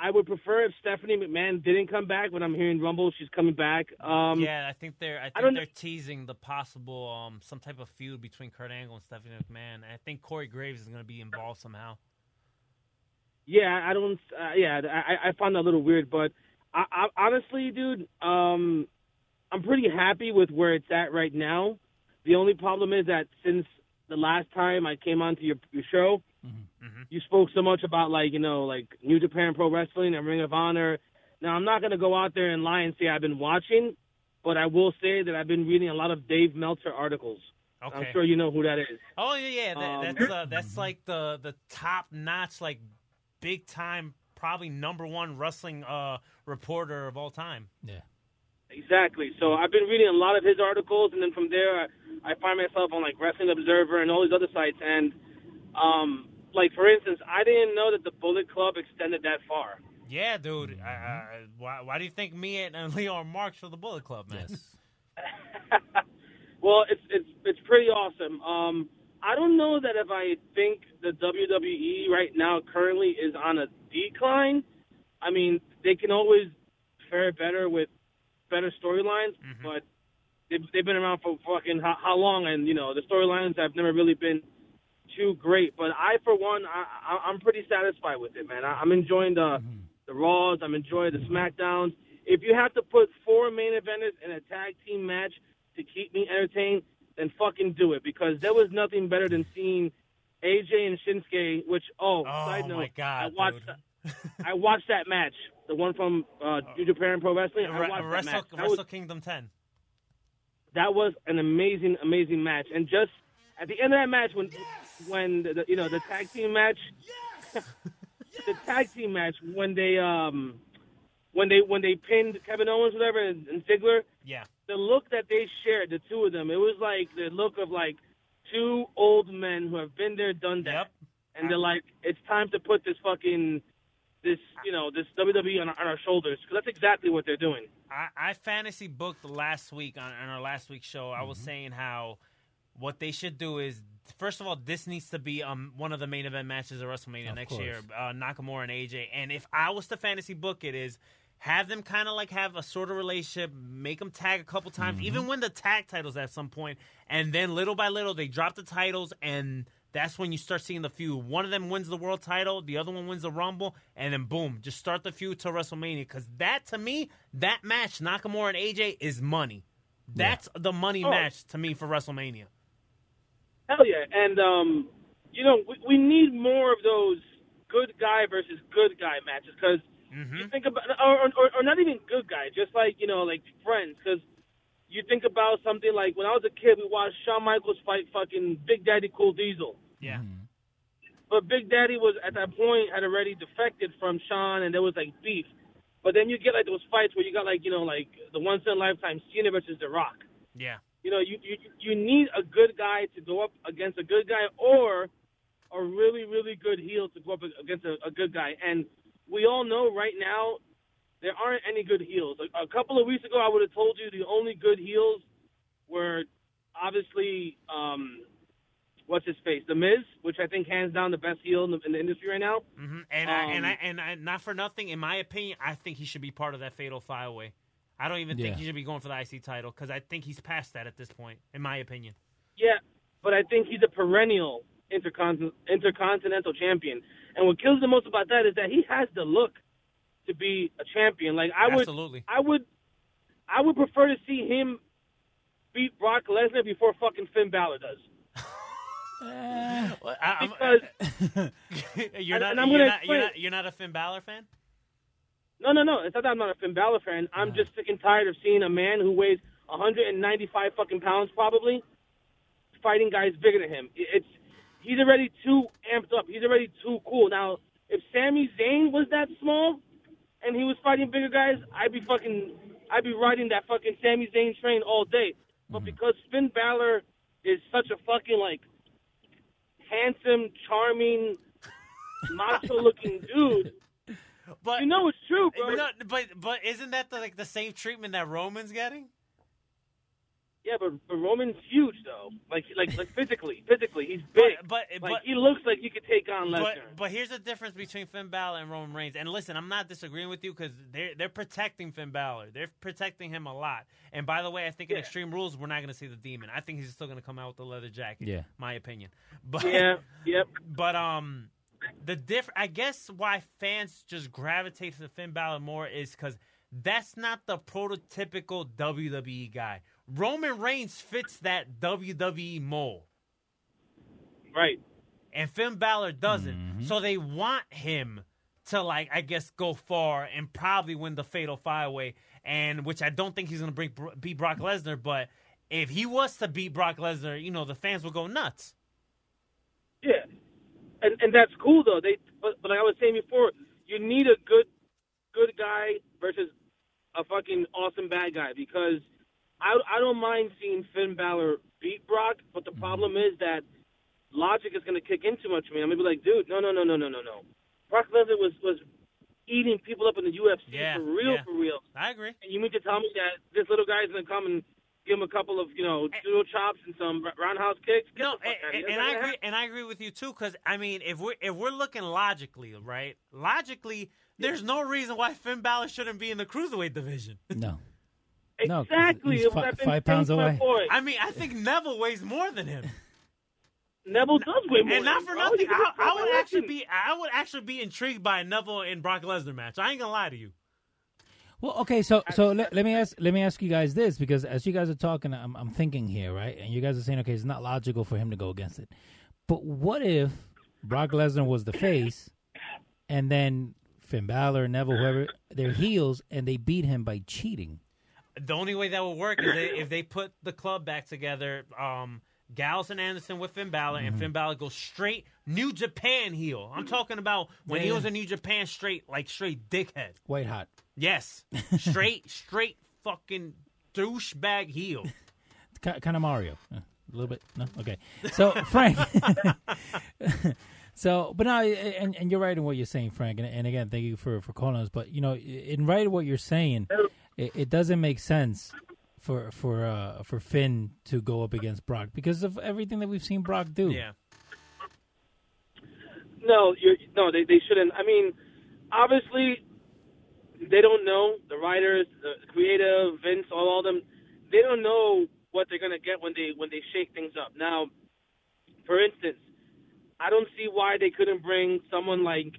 Speaker 10: I would prefer if Stephanie McMahon didn't come back. When I'm hearing Rumble, she's coming back. Um,
Speaker 6: yeah, I think they're. I think
Speaker 10: don't
Speaker 6: they're teasing the possible um some type of feud between Kurt Angle and Stephanie McMahon. And I think Corey Graves is going to be involved somehow.
Speaker 10: Yeah, I don't. Uh, yeah, I, I found that a little weird, but I, I honestly, dude, um, I'm pretty happy with where it's at right now. The only problem is that since the last time I came onto your, your show,
Speaker 6: Mhm.
Speaker 10: you spoke so much about like you know like New Japan Pro Wrestling and Ring of Honor. Now I'm not gonna go out there and lie and say I've been watching, but I will say that I've been reading a lot of Dave Meltzer articles.
Speaker 6: Okay.
Speaker 10: I'm sure you know who that is.
Speaker 6: Oh yeah, yeah. That,
Speaker 10: Um,
Speaker 6: that's uh, that's like the the top notch, like big time, probably number one wrestling uh reporter of all time.
Speaker 4: Yeah.
Speaker 10: Exactly. So I've been reading a lot of his articles, and then from there, I, I find myself on like Wrestling Observer and all these other sites. And um, like for instance, I didn't know that the Bullet Club extended that far.
Speaker 6: Yeah, dude.
Speaker 10: Mm-hmm.
Speaker 6: I, I, why why do you think me and, and Leo are marks for the Bullet Club, man?
Speaker 4: Yes.
Speaker 10: Well, it's it's it's pretty awesome. Um, I don't know that if I think the WWE right now currently is on a decline. I mean, they can always fare better with better storylines,
Speaker 6: Mm-hmm.
Speaker 10: but they've, they've been around for fucking how, how long? And you know, the storylines have never really been too great. But I, for one, I, I I'm pretty satisfied with it, man. I, I'm enjoying the
Speaker 6: Mm-hmm.
Speaker 10: the Raws. I'm enjoying the Smackdowns. If you have to put four main eventers in a tag team match to keep me entertained, then fucking do it because there was nothing better than seeing AJ and Shinsuke. Which oh,
Speaker 6: Oh,
Speaker 10: side note,
Speaker 6: my God,
Speaker 10: I watched
Speaker 6: dude.
Speaker 10: I watched that match, the one from uh, New Japan Pro Wrestling. I
Speaker 6: Re-
Speaker 10: watched that
Speaker 6: Wrestle,
Speaker 10: match. That
Speaker 6: Wrestle
Speaker 10: was-
Speaker 6: Kingdom ten.
Speaker 10: that was an amazing, amazing match. And just at the end of that match, when when the, the, you know the tag team match, the tag team match when they um when they when they pinned Kevin Owens whatever and, and Ziggler,
Speaker 6: Yeah.
Speaker 10: the look that they shared, the two of them, it was like the look of like two old men who have been there, done that,
Speaker 6: Yep.
Speaker 10: and they're like, it's time to put this fucking this you know this WWE on, our- on our shoulders because that's exactly what they're doing.
Speaker 6: I, I fantasy booked last week on, on our last week's show. I was
Speaker 10: Mm-hmm.
Speaker 6: saying how what they should do is first of all, this needs to be um one of the main event matches of WrestleMania
Speaker 4: Of
Speaker 6: next
Speaker 4: course.
Speaker 6: year. Uh, Nakamura and AJ. And if I was to fantasy book it, is have them kind of like have a sort of relationship, make them tag a couple times,
Speaker 4: Mm-hmm.
Speaker 6: even win the tag titles at some point, and then little by little they drop the titles and. That's when you start seeing the feud. One of them wins the world title, the other one wins the Rumble, and then boom, just start the feud to WrestleMania. Because that, to me, that match, Nakamura and AJ, is money. That's the money
Speaker 10: Oh.
Speaker 6: match to me for WrestleMania.
Speaker 10: Hell yeah, and um, you know we, we need more of those good guy versus good guy matches because you think about, or, or, or not even good guy, just like you know, like friends, because you think about something like when I was a kid, we watched Shawn Michaels fight fucking Big Daddy Cool Diesel,
Speaker 6: Yeah.
Speaker 10: but Big Daddy was at that point had already defected from Shawn, and there was like beef. But then you get like those fights where you got like you know like the once in a lifetime Cena versus The Rock.
Speaker 6: Yeah.
Speaker 10: You know, you, you you need a good guy to go up against a good guy, or a really really good heel to go up against a, a good guy. And we all know right now there aren't any good heels. A, a couple of weeks ago, I would have told you the only good heels were obviously um, what's his face, The Miz, which I think hands down the best heel in the, in the industry right now.
Speaker 6: hmm And I and
Speaker 10: Um,
Speaker 6: I and I, not for nothing, in my opinion, I think he should be part of that fatal five way. I don't even
Speaker 4: Yeah.
Speaker 6: think he should be going for the IC title because I think he's past that at this point, in my opinion.
Speaker 10: Yeah, but I think he's a perennial intercon- intercontinental champion. And what kills the most about that is that he has the look to be a champion. Like I would,
Speaker 6: Absolutely.
Speaker 10: I would, I would prefer to see him beat Brock Lesnar before fucking Finn Balor does.
Speaker 6: Well, I, I'm-
Speaker 10: Because
Speaker 6: you're not
Speaker 10: and- and I'm
Speaker 6: you're
Speaker 10: gonna
Speaker 6: not, you're
Speaker 10: explain-
Speaker 6: not you're not a Finn Balor fan.
Speaker 10: no, no, no, it's not that I'm not a Finn Balor fan. I'm just sick and tired of seeing a man who weighs 195 fucking pounds probably fighting guys bigger than him. It- It's he's already too amped up. He's already too cool. Now, if Sami Zayn was that small and he was fighting bigger guys, I'd be fucking I'd be riding that fucking Sami Zayn train all day.
Speaker 6: Mm-hmm.
Speaker 10: But because Finn Balor is such a fucking like handsome, charming, macho-looking dude,
Speaker 6: But
Speaker 10: you know it's true, bro.
Speaker 6: no, but but isn't that the, like the same treatment that Roman's getting?
Speaker 10: Yeah, but, but Roman's huge though. Like like like physically, physically, he's big.
Speaker 6: But but
Speaker 10: like
Speaker 6: but,
Speaker 10: he looks like he could take on Lesnar.
Speaker 6: but but here's the difference between Finn Balor and Roman Reigns. And listen, I'm not disagreeing with you because they're they're protecting Finn Balor. They're protecting him a lot. And by the way, I think in
Speaker 10: Yeah.
Speaker 6: Extreme Rules we're not going to see the demon. I think he's still going to come out with the leather jacket.
Speaker 4: Yeah.
Speaker 6: my opinion. But
Speaker 10: yeah, yep.
Speaker 6: But um, the diff. I guess why fans just gravitate to Finn Balor more is because that's not the prototypical WWE guy. Roman Reigns fits that WWE mold,
Speaker 10: Right.
Speaker 6: and Finn Balor doesn't. So they want him to like, I guess, go far and probably win the Fatal Five Way, and which I don't think he's gonna bring, beat Brock Lesnar. But if he was to beat Brock Lesnar, you know the fans will go nuts.
Speaker 10: Yeah. And and that's cool though. They but, but like I was saying before, you need a good good guy versus a fucking awesome bad guy because I I don't mind seeing Finn Balor beat Brock, but
Speaker 6: Mm-hmm.
Speaker 10: the problem is that logic is gonna kick in too much for me. I'm gonna be like, dude, no no no no no no no. Brock Lesnar was was eating people up in the UFC
Speaker 6: Yeah,
Speaker 10: for real
Speaker 6: yeah.
Speaker 10: for real.
Speaker 6: I agree.
Speaker 10: and you mean to tell me that this little guy's gonna come and give him a couple of you know judo chops and some r- roundhouse kicks? Get
Speaker 6: no,
Speaker 10: the fuck outta
Speaker 6: and,
Speaker 10: here.
Speaker 6: and I
Speaker 10: That's not
Speaker 6: agree,
Speaker 10: gonna
Speaker 6: and I agree with you too. Because I mean, if we're if we're looking logically, right? Logically, there's no reason why Finn Balor shouldn't be in the cruiserweight division.
Speaker 4: No.
Speaker 10: happen.
Speaker 4: No, 'cause
Speaker 10: exactly.
Speaker 4: he's
Speaker 10: It would
Speaker 4: fi-
Speaker 10: have been
Speaker 4: five pounds
Speaker 10: saved by
Speaker 4: away.
Speaker 10: boy.
Speaker 6: I mean, I think Neville weighs more than him,
Speaker 10: Neville does weigh more.
Speaker 6: and not
Speaker 10: than
Speaker 6: for
Speaker 10: him, bro.
Speaker 6: nothing.
Speaker 10: He's a
Speaker 6: I, I would
Speaker 10: fucking
Speaker 6: actually
Speaker 10: legend.
Speaker 6: be I would actually be intrigued by a Neville and Brock Lesnar match. I ain't gonna lie to you.
Speaker 4: Well, okay, so so let, let me ask let me ask you guys this because as you guys are talking, I'm I'm thinking here, right? And you guys are saying, okay, it's not logical for him to go against it. But what if Brock Lesnar was the face, and then Finn Balor, Neville, whoever, they're heels, and they beat him by cheating?
Speaker 6: The only way that would work is they, if they put the club back together. Um, Gallus and Anderson with Finn Balor, and Finn Balor goes straight New Japan heel. I'm talking about when he
Speaker 4: Yeah.
Speaker 6: was in New Japan, straight like straight dickhead.
Speaker 4: White hot.
Speaker 6: Yes, straight, straight fucking douchebag heel.
Speaker 4: Ki kind of Mario, Uh, a little bit. No, okay. So Frank, so but no, and, and you're right in what you're saying, Frank. And, and again, thank you for for calling us. But you know, in right in what you're saying, it, it doesn't make sense for for uh for Finn to go up against Brock because of everything that we've seen Brock do.
Speaker 6: Yeah,
Speaker 10: No, you're, no, they they shouldn't. I mean, obviously, they don't know the writers, the creative, Vince, all, all them. They don't know what they're gonna get when they when they shake things up. Now, for instance, I don't see why they couldn't bring someone like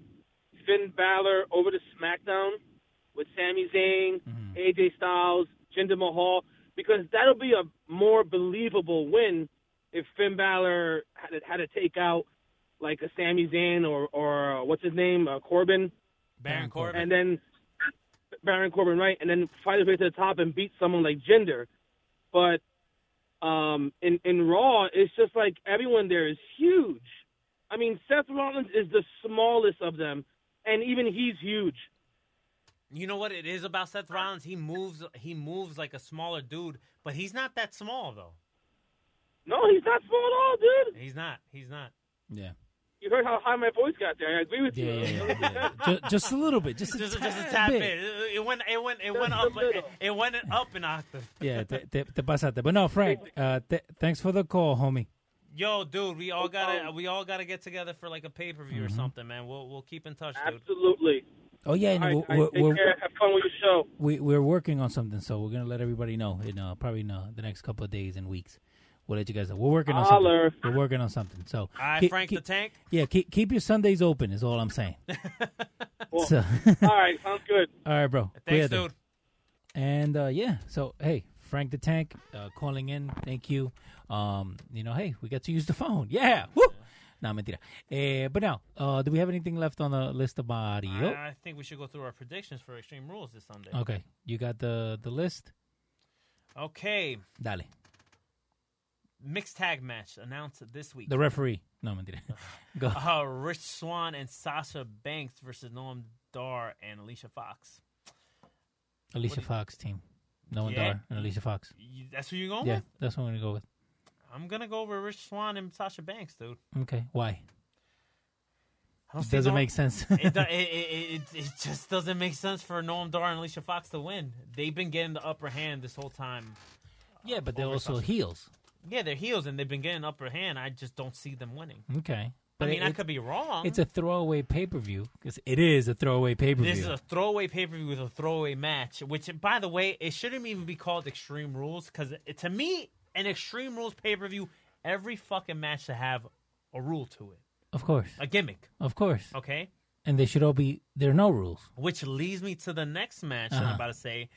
Speaker 10: Finn Balor over to SmackDown with Sami Zayn, AJ Styles, Jinder Mahal, because that'll be a more believable win if Finn Balor had to, had to take out like a Sami Zayn or or uh, what's his name uh, Corbin
Speaker 6: Baron Corbin.
Speaker 10: and then Baron Corbin, right? And then fight his way to the top and beat someone like Jinder. But um, in in Raw, it's just like everyone there is huge. I mean, Seth Rollins is the smallest of them, and even he's huge.
Speaker 6: You know what it is about Seth Rollins? He moves. He moves like a smaller dude, but he's not that small though.
Speaker 10: No, he's not small at all, dude.
Speaker 6: He's not. He's not.
Speaker 4: Yeah.
Speaker 10: You heard how high my voice got there. I agree with
Speaker 4: Yeah,
Speaker 10: you.
Speaker 4: yeah, yeah, yeah. Ju- just, a little bit, just a,
Speaker 6: Just,
Speaker 4: tad
Speaker 6: just a tad
Speaker 4: bit.
Speaker 6: bit. It it went. It went. It went up.
Speaker 10: a little.
Speaker 6: It went up an octave.
Speaker 4: Yeah, te, te, te pasaste. But no, Frank, uh, th- thanks for the call, homie.
Speaker 6: Yo, dude, we all
Speaker 4: Oh.
Speaker 6: gotta. We all gotta get together for like a pay per
Speaker 4: Mm-hmm.
Speaker 6: view or something, man. We'll we'll keep in touch, dude.
Speaker 10: Absolutely.
Speaker 4: Oh yeah, and
Speaker 10: All right,
Speaker 4: we're,
Speaker 10: guys,
Speaker 4: we're,
Speaker 10: take care. Have fun with your show.
Speaker 4: we, we're working on something, so we're gonna let everybody know in uh, probably in uh, the next couple of days and weeks. We'll let you guys know. We're working on
Speaker 10: Holler.
Speaker 4: something. We're working on something. So,
Speaker 6: All right,
Speaker 4: keep-
Speaker 6: Frank
Speaker 4: keep-
Speaker 6: the Tank.
Speaker 4: Yeah, keep, keep your Sundays open. Is all I'm saying.
Speaker 10: Well,
Speaker 4: So,
Speaker 10: all right, sounds good.
Speaker 4: all right, bro.
Speaker 6: Thanks,
Speaker 4: Cuídate.
Speaker 6: dude.
Speaker 4: And uh, yeah, so hey, Frank the Tank uh, calling in. Thank you. Um, you know, hey, we got to use the phone. Yeah, woo. Nah, mentira. Eh, but now, uh, do we have anything left on the list of body?
Speaker 6: I, I think we should go through our predictions for Extreme Rules this Sunday.
Speaker 4: Okay, you got the the list.
Speaker 6: Okay,
Speaker 4: Dale,
Speaker 6: mixed tag match announced this week.
Speaker 4: the referee. No, mentira. Go.
Speaker 6: Uh, Rich Swan and Sasha Banks versus Noam Dar and Alicia Fox.
Speaker 4: Alicia Fox team. No one
Speaker 6: Yeah.
Speaker 4: Dar and Alicia Fox.
Speaker 6: You, that's who you're going
Speaker 4: Yeah,
Speaker 6: with?
Speaker 4: that's what I'm gonna go with.
Speaker 6: I'm going to go over Rich Swan and Sasha Banks, dude.
Speaker 4: Okay, why?
Speaker 6: I don't see
Speaker 4: Doesn't
Speaker 6: Noam-
Speaker 4: make sense.
Speaker 6: It, do- it, it, it, it just doesn't make sense for Noam Dar and Alicia Fox to win. They've been getting the upper hand this whole time.
Speaker 4: yeah, but they're
Speaker 6: Over
Speaker 4: also
Speaker 6: Sasha.
Speaker 4: heels.
Speaker 6: Yeah, they're heels and they've been getting upper hand. I just don't see them winning.
Speaker 4: Okay,
Speaker 6: I
Speaker 4: but
Speaker 6: mean,
Speaker 4: it-
Speaker 6: I
Speaker 4: it-
Speaker 6: could be wrong.
Speaker 4: It's a throwaway pay per view because it is a throwaway pay per view.
Speaker 6: This is a throwaway pay per view with a throwaway match, which, by the way, it shouldn't even be called Extreme Rules because to me, an Extreme Rules pay per view, every fucking match should have a rule to it,
Speaker 4: Of course.
Speaker 6: a gimmick,
Speaker 4: Of course.
Speaker 6: okay?
Speaker 4: And they should all be there are no rules.
Speaker 6: Which leads me to the next match
Speaker 4: Uh-huh.
Speaker 6: that I'm about to say.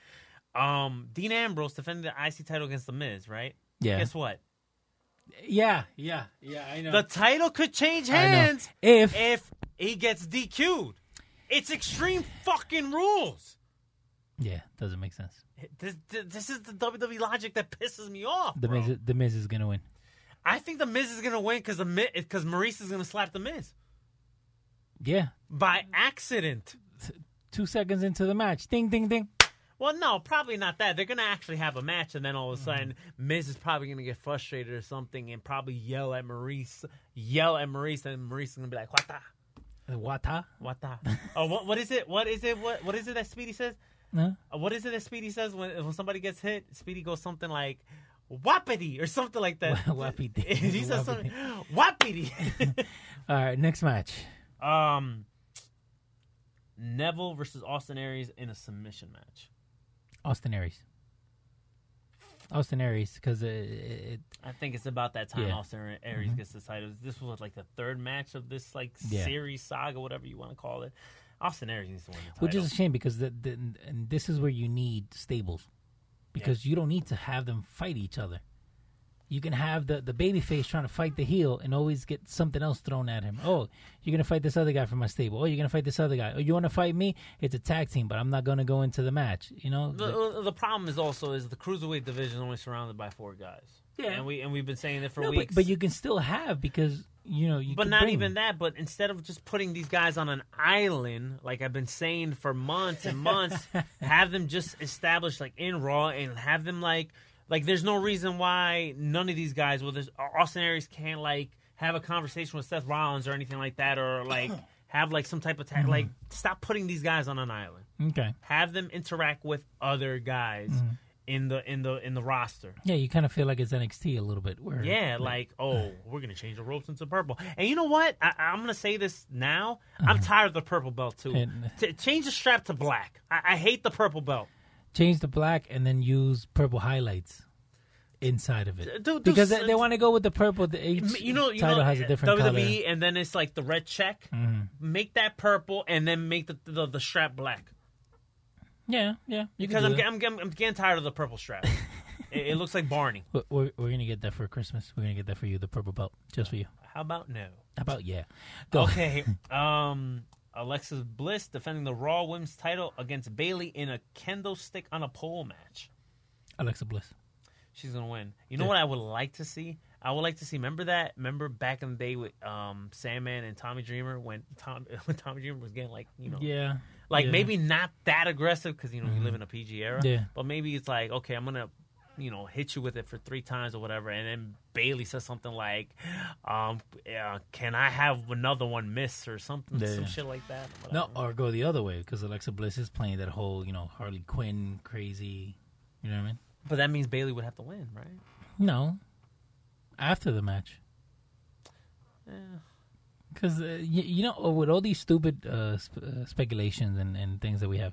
Speaker 6: Um, Dean Ambrose defended the IC title against The Miz, right?
Speaker 4: Yeah.
Speaker 6: Guess what?
Speaker 4: Yeah, yeah, yeah, I know.
Speaker 6: The title could change
Speaker 4: I know.
Speaker 6: hands
Speaker 4: If,
Speaker 6: if he gets DQ'd. It's Extreme fucking rules.
Speaker 4: Yeah, doesn't make sense.
Speaker 6: This, this is the WWE logic that pisses me off.
Speaker 4: The
Speaker 6: bro.
Speaker 4: Miz the Miz is gonna win.
Speaker 6: I think the Miz is gonna win because the because Maurice is gonna slap the Miz
Speaker 4: Yeah.
Speaker 6: by accident.
Speaker 4: Two seconds into the match. Ding ding ding.
Speaker 6: Well, no, probably not that. They're gonna actually have a match, and then all of a sudden, Miz is probably gonna get frustrated or something, and probably yell at Maurice, yell at Maurice, and Maurice is gonna be like, "What the?
Speaker 4: Wata?
Speaker 6: What the? oh, what? What is it? What is it? What? What is it that Speedy says?
Speaker 4: No?
Speaker 6: Uh, What is it that Speedy says when when somebody gets hit? Speedy goes something like." Whoppity or something like that.
Speaker 4: Whoppity.
Speaker 6: he says something. Whoppity.
Speaker 4: Alright, next match.
Speaker 6: Um, Neville versus Austin Aries in a submission match.
Speaker 4: Austin Aries. Austin Aries, because it,
Speaker 6: I think it's about that time
Speaker 4: Yeah. Mm-hmm.
Speaker 6: Austin Aries gets the title. This was like the third match of this like
Speaker 4: Yeah.
Speaker 6: series saga, whatever you want to call it. Austin Aries needs to win the title.
Speaker 4: which is a shame because the, the, and this is where you need stables because you don't need to have them fight each other you can have the, the baby face trying to fight the heel and always get something else thrown at him oh you're gonna fight this other guy from my stable oh you're gonna fight this other guy oh you want to fight me it's a tag team but i'm not gonna go into the match you know The-
Speaker 6: the, the problem is also is the cruiserweight division is only surrounded by four guys.
Speaker 4: Yeah.
Speaker 6: and we and we've been saying that for
Speaker 4: No, but-
Speaker 6: weeks.
Speaker 4: but, you can still have because you know you
Speaker 6: But
Speaker 4: can
Speaker 6: not
Speaker 4: bring-
Speaker 6: even that. But instead of just putting these guys on an island, like I've been saying for months and months, have them just established like in Raw and have them like like there's no reason why none of these guys, well, there's Austin Aries can't like have a conversation with Seth Rollins or anything like that, or like have like some type of
Speaker 4: Mm-hmm.
Speaker 6: tag. Like stop putting these guys on an island.
Speaker 4: okay
Speaker 6: Have them interact with other guys
Speaker 4: Mm-hmm.
Speaker 6: in the in the in the roster.
Speaker 4: yeah you kind of feel like it's nxt a little bit where
Speaker 6: Yeah, like, oh, we're gonna change the ropes into purple. And you know what? I, I'm gonna say this now. I'm
Speaker 4: Mm-hmm.
Speaker 6: tired of the purple belt too.
Speaker 4: And-
Speaker 6: T- change the strap to black. I, I hate the purple belt.
Speaker 4: change the black and then use purple highlights inside of it
Speaker 6: do- do
Speaker 4: because
Speaker 6: s-
Speaker 4: they, they want to go with the purple. The each
Speaker 6: M- You know, you
Speaker 4: title
Speaker 6: know, eh,
Speaker 4: has a different
Speaker 6: WWE,
Speaker 4: color. Mm-hmm.
Speaker 6: and then it's like the red check. Make that purple, and then make the the, the strap black.
Speaker 4: Yeah, yeah. You
Speaker 6: Because
Speaker 4: can
Speaker 6: I'm,
Speaker 4: do
Speaker 6: get- I'm, I'm I'm getting tired of the purple strap. it, it looks like Barney.
Speaker 4: that. we're, we're gonna get that for Christmas. We're gonna get that for you, the purple belt, just for you.
Speaker 6: How about no?
Speaker 4: How about yeah? Go.
Speaker 6: Okay. um, Alexis Bliss defending the Raw Women's title against Bailey in a kendo stick on a pole match.
Speaker 4: Alexa Bliss.
Speaker 6: She's gonna win. You know what I would like to see? I would like to see. Remember that? Remember back in the day with um, Sandman and Tommy Dreamer when Tom when Tommy Dreamer was getting like you know
Speaker 4: Yeah.
Speaker 6: like
Speaker 4: yeah. Mm-hmm.
Speaker 6: maybe not that aggressive because you know we live in a PG era.
Speaker 4: Yeah.
Speaker 6: But maybe it's like okay, I'm gonna you know hit you with it for three times or whatever, and then Bailey says something like, um, uh, "Can I have another one miss or something,
Speaker 4: Yeah.
Speaker 6: some shit like that." or
Speaker 4: No,
Speaker 6: whatever.
Speaker 4: or go the other way because Alexa Bliss is playing that whole, you know, Harley Quinn crazy. You know what I mean?
Speaker 6: But that means Bailey would have to win, right?
Speaker 4: No. After the match. Because, uh, you, you know, with all these stupid uh, sp- uh, speculations and, and things that we have,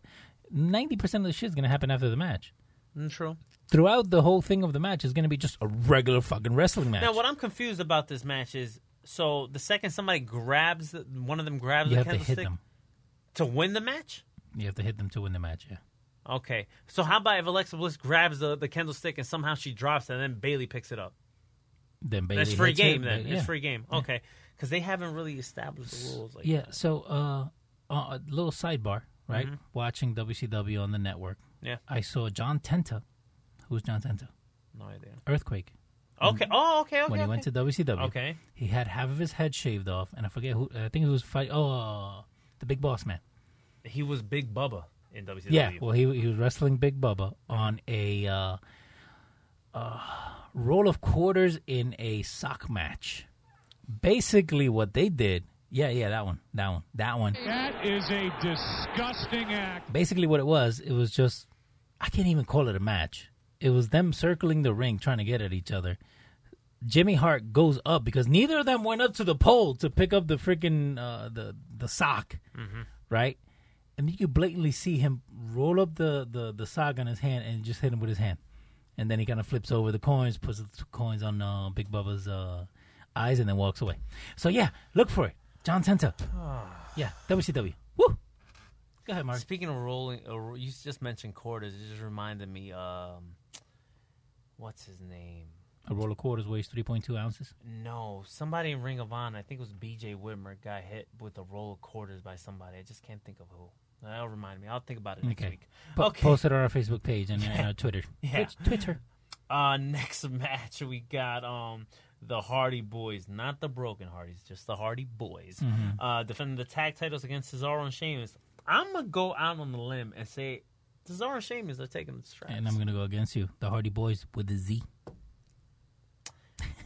Speaker 4: 90% of the shit's going to happen after the match.
Speaker 6: Mm, True.
Speaker 4: Throughout the whole thing of the match is going to be just a regular fucking wrestling match.
Speaker 6: Now, what I'm confused about this match is so the second somebody grabs the- one of them grabs
Speaker 4: you
Speaker 6: the
Speaker 4: have to hit
Speaker 6: candlestick
Speaker 4: them.
Speaker 6: to win the match.
Speaker 4: You have to hit them to win the match, yeah.
Speaker 6: Okay, so how about if Alexa Bliss grabs the, the candlestick and somehow she drops it and then Bailey picks it up?
Speaker 4: Then Bailey
Speaker 6: That's free
Speaker 4: hits it,
Speaker 6: game then.
Speaker 4: but- yeah.
Speaker 6: It's free game. Okay, because they haven't really established the rules. Like
Speaker 4: Yeah, so uh, uh, a little sidebar, right? Watching WCW on the network,
Speaker 6: Mm-hmm. yeah,
Speaker 4: I saw John Tenta. Who's John Tenta?
Speaker 6: no idea.
Speaker 4: Earthquake.
Speaker 6: Okay. Oh, okay. Okay.
Speaker 4: when he
Speaker 6: okay.
Speaker 4: went to WCW,
Speaker 6: Okay.
Speaker 4: he had half of his head shaved off, and I forget who. I think it was fight. Oh, the Big Boss Man.
Speaker 6: he was Big Bubba in WCW.
Speaker 4: Yeah, well, he he was wrestling Big Bubba on a uh, uh, roll of quarters in a sock match. Basically, what they did. Yeah, yeah, that one, that one, that one.
Speaker 5: That is a disgusting act.
Speaker 4: basically what it was it was just i can't even call it a match it was them circling the ring trying to get at each other jimmy hart goes up because neither of them went up to the pole to pick up the freaking uh, the the sock right and you could blatantly see him roll up the, the the sock on his hand and just hit him with his hand and then he kind of flips over the coins puts the two coins on uh, big bubba's uh, eyes and then walks away so yeah look for it john Tenta. yeah wcw Woo! go ahead mark
Speaker 6: Speaking of rolling, uh, ro- you just mentioned quarters. It just reminded me. Um, what's his name?
Speaker 4: A roll of quarters weighs 3.2 ounces.
Speaker 6: No, somebody in Ring of Honor. I think it was B.J. Whitmer got hit with a roll of quarters by somebody. I just can't think of who. That'll remind me. I'll think about it next
Speaker 4: Okay.
Speaker 6: week.
Speaker 4: Po- Post it on our Facebook page and uh, Twitter.
Speaker 6: Yeah.
Speaker 4: Twitch- Twitter.
Speaker 6: Uh, next match we got um the Hardy Boys, not the Broken Hardys, just the Hardy Boys,
Speaker 4: Mm-hmm.
Speaker 6: uh, defending the tag titles against Cesaro and Sheamus. I'm gonna go out on the limb and say Cesaro and Sheamus are taking the straps.
Speaker 4: And I'm going to go against you. The Hardy Boys with a Z.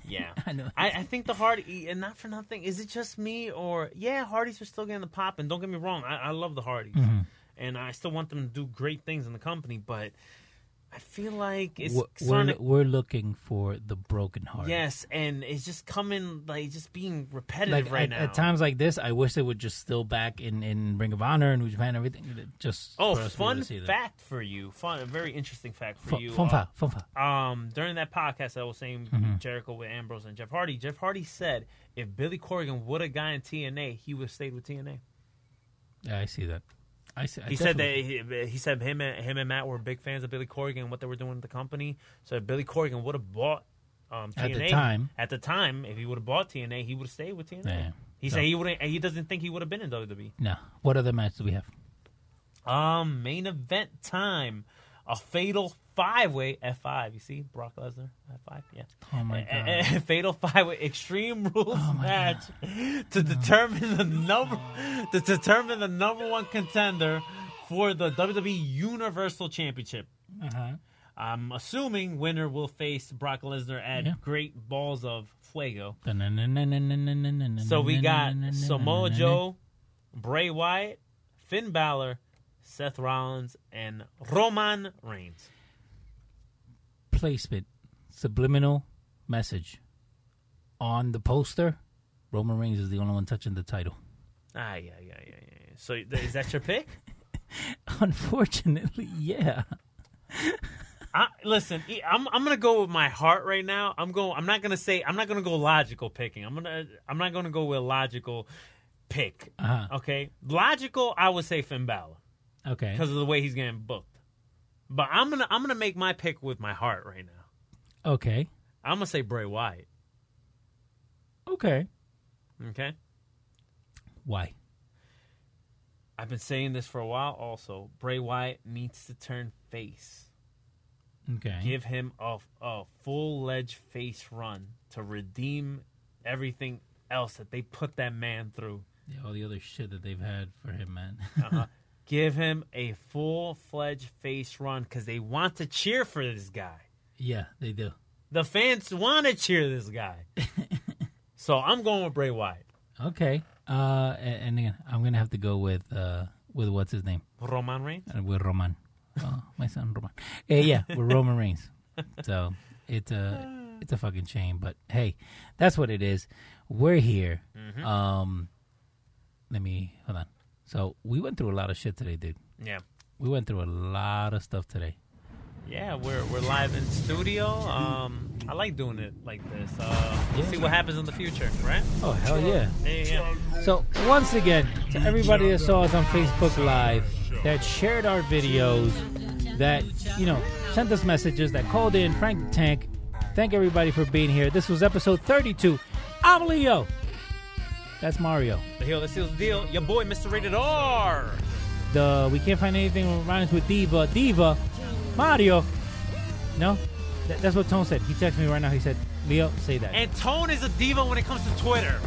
Speaker 6: yeah,
Speaker 4: I know.
Speaker 6: I, I think the Hardy, and not for nothing, is it just me or yeah, Hardys are still getting the pop. And don't get me wrong, I, I love the Hardys,
Speaker 4: Mm-hmm.
Speaker 6: and I still want them to do great things in the company, but. I feel like it's
Speaker 4: We're,
Speaker 6: starting
Speaker 4: we're,
Speaker 6: to-
Speaker 4: we're looking for the broken heart.
Speaker 6: Yes, and it's just coming like just being repetitive
Speaker 4: Like,
Speaker 6: right
Speaker 4: at,
Speaker 6: now.
Speaker 4: at times like this, I wish they would just still back in, in Ring of Honor and New Japan and everything. Just
Speaker 6: oh,
Speaker 4: for us to
Speaker 6: fun
Speaker 4: really see them.
Speaker 6: fact for you. Fun, a very interesting fact for
Speaker 4: Fun,
Speaker 6: you.
Speaker 4: fun
Speaker 6: uh,
Speaker 4: fact. Mm-hmm. Fun fact.
Speaker 6: Um, during that podcast, I was saying Jericho with Ambrose and Jeff Hardy. Jeff Hardy said if Billy Corrigan would have gotten TNA, he would have stayed with TNA.
Speaker 4: Yeah, I see that. I see. I
Speaker 6: He said that
Speaker 4: Uh, definitely-
Speaker 6: he, he said him and him and Matt were big fans of Billy Corrigan and what they were doing at the company. So if Billy Corrigan would have bought um, TNA
Speaker 4: At the time.
Speaker 6: at the time, if he would have bought TNA, he would have stayed with TNA.
Speaker 4: Yeah.
Speaker 6: He
Speaker 4: So-
Speaker 6: said he wouldn't. He doesn't think he would have been in E. WWE.
Speaker 4: No. What other match do we have?
Speaker 6: Um, main event time. A fatal five way F five. You see, Brock Lesnar F five. Yeah.
Speaker 4: Oh, my God. Oh
Speaker 6: A- a- fatal five way Extreme Rules match to determine the number to determine the number one contender for the WWE Universal Championship.
Speaker 4: Uh-huh.
Speaker 6: I'm assuming winner will face Brock Lesnar at
Speaker 4: Yeah.
Speaker 6: Great Balls of Fuego. So
Speaker 4: So
Speaker 6: we got Samoa Joe, Bray Wyatt, Finn Balor, Seth Rollins, and Roman Reigns.
Speaker 4: placement, subliminal message on the poster. Roman Reigns is the only one touching the title.
Speaker 6: Ah, yeah, yeah, yeah, yeah. So th- is that your pick?
Speaker 4: Unfortunately, yeah.
Speaker 6: I, listen, e- I'm I'm gonna go with my heart right now. I'm going. I'm not gonna say. I'm not gonna go logical picking. I'm gonna. I'm not gonna go with logical pick.
Speaker 4: Uh-huh.
Speaker 6: Okay, logical. I would say Finn Balor
Speaker 4: Okay.
Speaker 6: because of the way he's getting booked. But I'm gonna I'm gonna make my pick with my heart right now.
Speaker 4: Okay.
Speaker 6: I'm gonna say Bray Wyatt.
Speaker 4: Okay.
Speaker 6: Okay.
Speaker 4: Why?
Speaker 6: I've been saying this for a while. Also, Bray Wyatt needs to turn face.
Speaker 4: Okay.
Speaker 6: Give him a, a full ledge face run to redeem everything else that they put that man through.
Speaker 4: Yeah, all the other shit that they've had for him, man.
Speaker 6: Give him a full fledged face run because they want to cheer for this guy.
Speaker 4: yeah, they do.
Speaker 6: The fans want to cheer this guy. so I'm going with Bray Wyatt.
Speaker 4: Okay. Uh, a- and again, I'm gonna have to go with uh with what's his name
Speaker 6: Roman Reigns?
Speaker 4: Uh, with Roman, uh, my son Roman. Eh, yeah, with Roman Reigns. So it's a it's a fucking shame, but hey, that's what it is. We're here. Um, let me hold on. So we went through a lot of shit today, dude.
Speaker 6: Yeah.
Speaker 4: We went through a lot of stuff today.
Speaker 6: Yeah, we're, we're live in studio. Um, I like doing it like this. Uh, we'll
Speaker 4: Yeah.
Speaker 6: see what happens in the future, right?
Speaker 4: Oh hell yeah!
Speaker 6: Yeah, yeah.
Speaker 4: So, once again, to everybody that saw us on Facebook Live, that shared our videos, that, you know, sent us messages, that called in, Frank the Tank, thank everybody for being here. This was episode 32. I'm Leo. That's Mario.
Speaker 6: But here, let's seal the deal. Your boy, Mr. Rated R.
Speaker 4: The We can't find anything that rhymes with Diva. Diva. Mario. No? That, that's what Tone said. He texted me right now. He said, Leo, say that.
Speaker 6: And Tone is a diva when it comes to Twitter.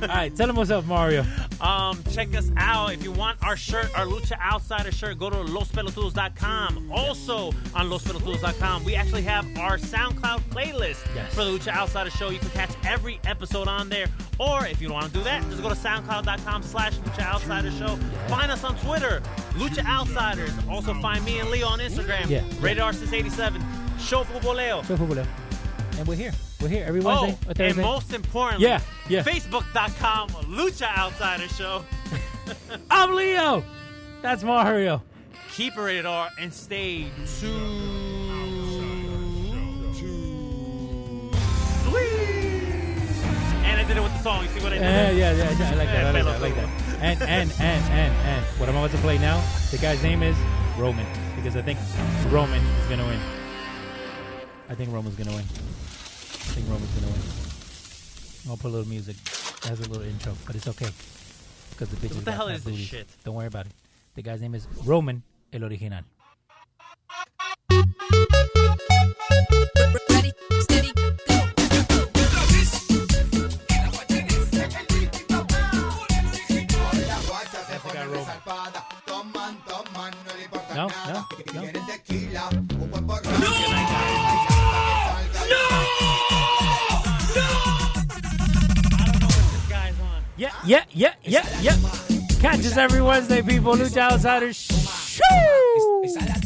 Speaker 4: All right, tell him what's up, Mario.
Speaker 6: Um, check us out. If you want our shirt, our Lucha Outsider shirt, go to lospelotudos.com. Also on lospelotudos.com, we actually have our SoundCloud playlist
Speaker 4: Yes.
Speaker 6: for the Lucha Outsider show. You can catch every episode on there. Or if you don't want to do that, just go to soundcloud.com slash Lucha Outsider show. Find us on Twitter, Lucha Outsiders. Also find me and Leo on Instagram,
Speaker 4: Yeah.
Speaker 6: Radar 687, Show Futboleo.
Speaker 4: Show football. And we're here. We're here every
Speaker 6: Oh,
Speaker 4: Wednesday. or
Speaker 6: and
Speaker 4: Thursday.
Speaker 6: most importantly,
Speaker 4: Yeah, yeah.
Speaker 6: Facebook.com, Lucha Outsider show.
Speaker 4: I'm Leo. That's Mario.
Speaker 6: keep it rated R and stay tuned. And I did it with the song. You see what I did?
Speaker 4: Eh, Yeah,
Speaker 6: there?
Speaker 4: yeah, yeah, yeah. I like that. I like
Speaker 6: Yeah,
Speaker 4: that. I like that. And and and and and what I'm about to play now, the guy's name is Roman because I think Roman is gonna win. I think Roman's gonna win. I think Roman's gonna win. I'll put a little music. It has a little intro, but it's okay because the bitch.
Speaker 6: What the hell is this shit?
Speaker 4: Don't worry about it. The guy's name is Roman El Original.
Speaker 3: Ready, steady, go.
Speaker 4: No, no, no.
Speaker 6: This guy's on.
Speaker 4: Yeah, yeah, yeah, yeah, yeah. Catch us every Wednesday, people. Lucha Outsiders. Shoo!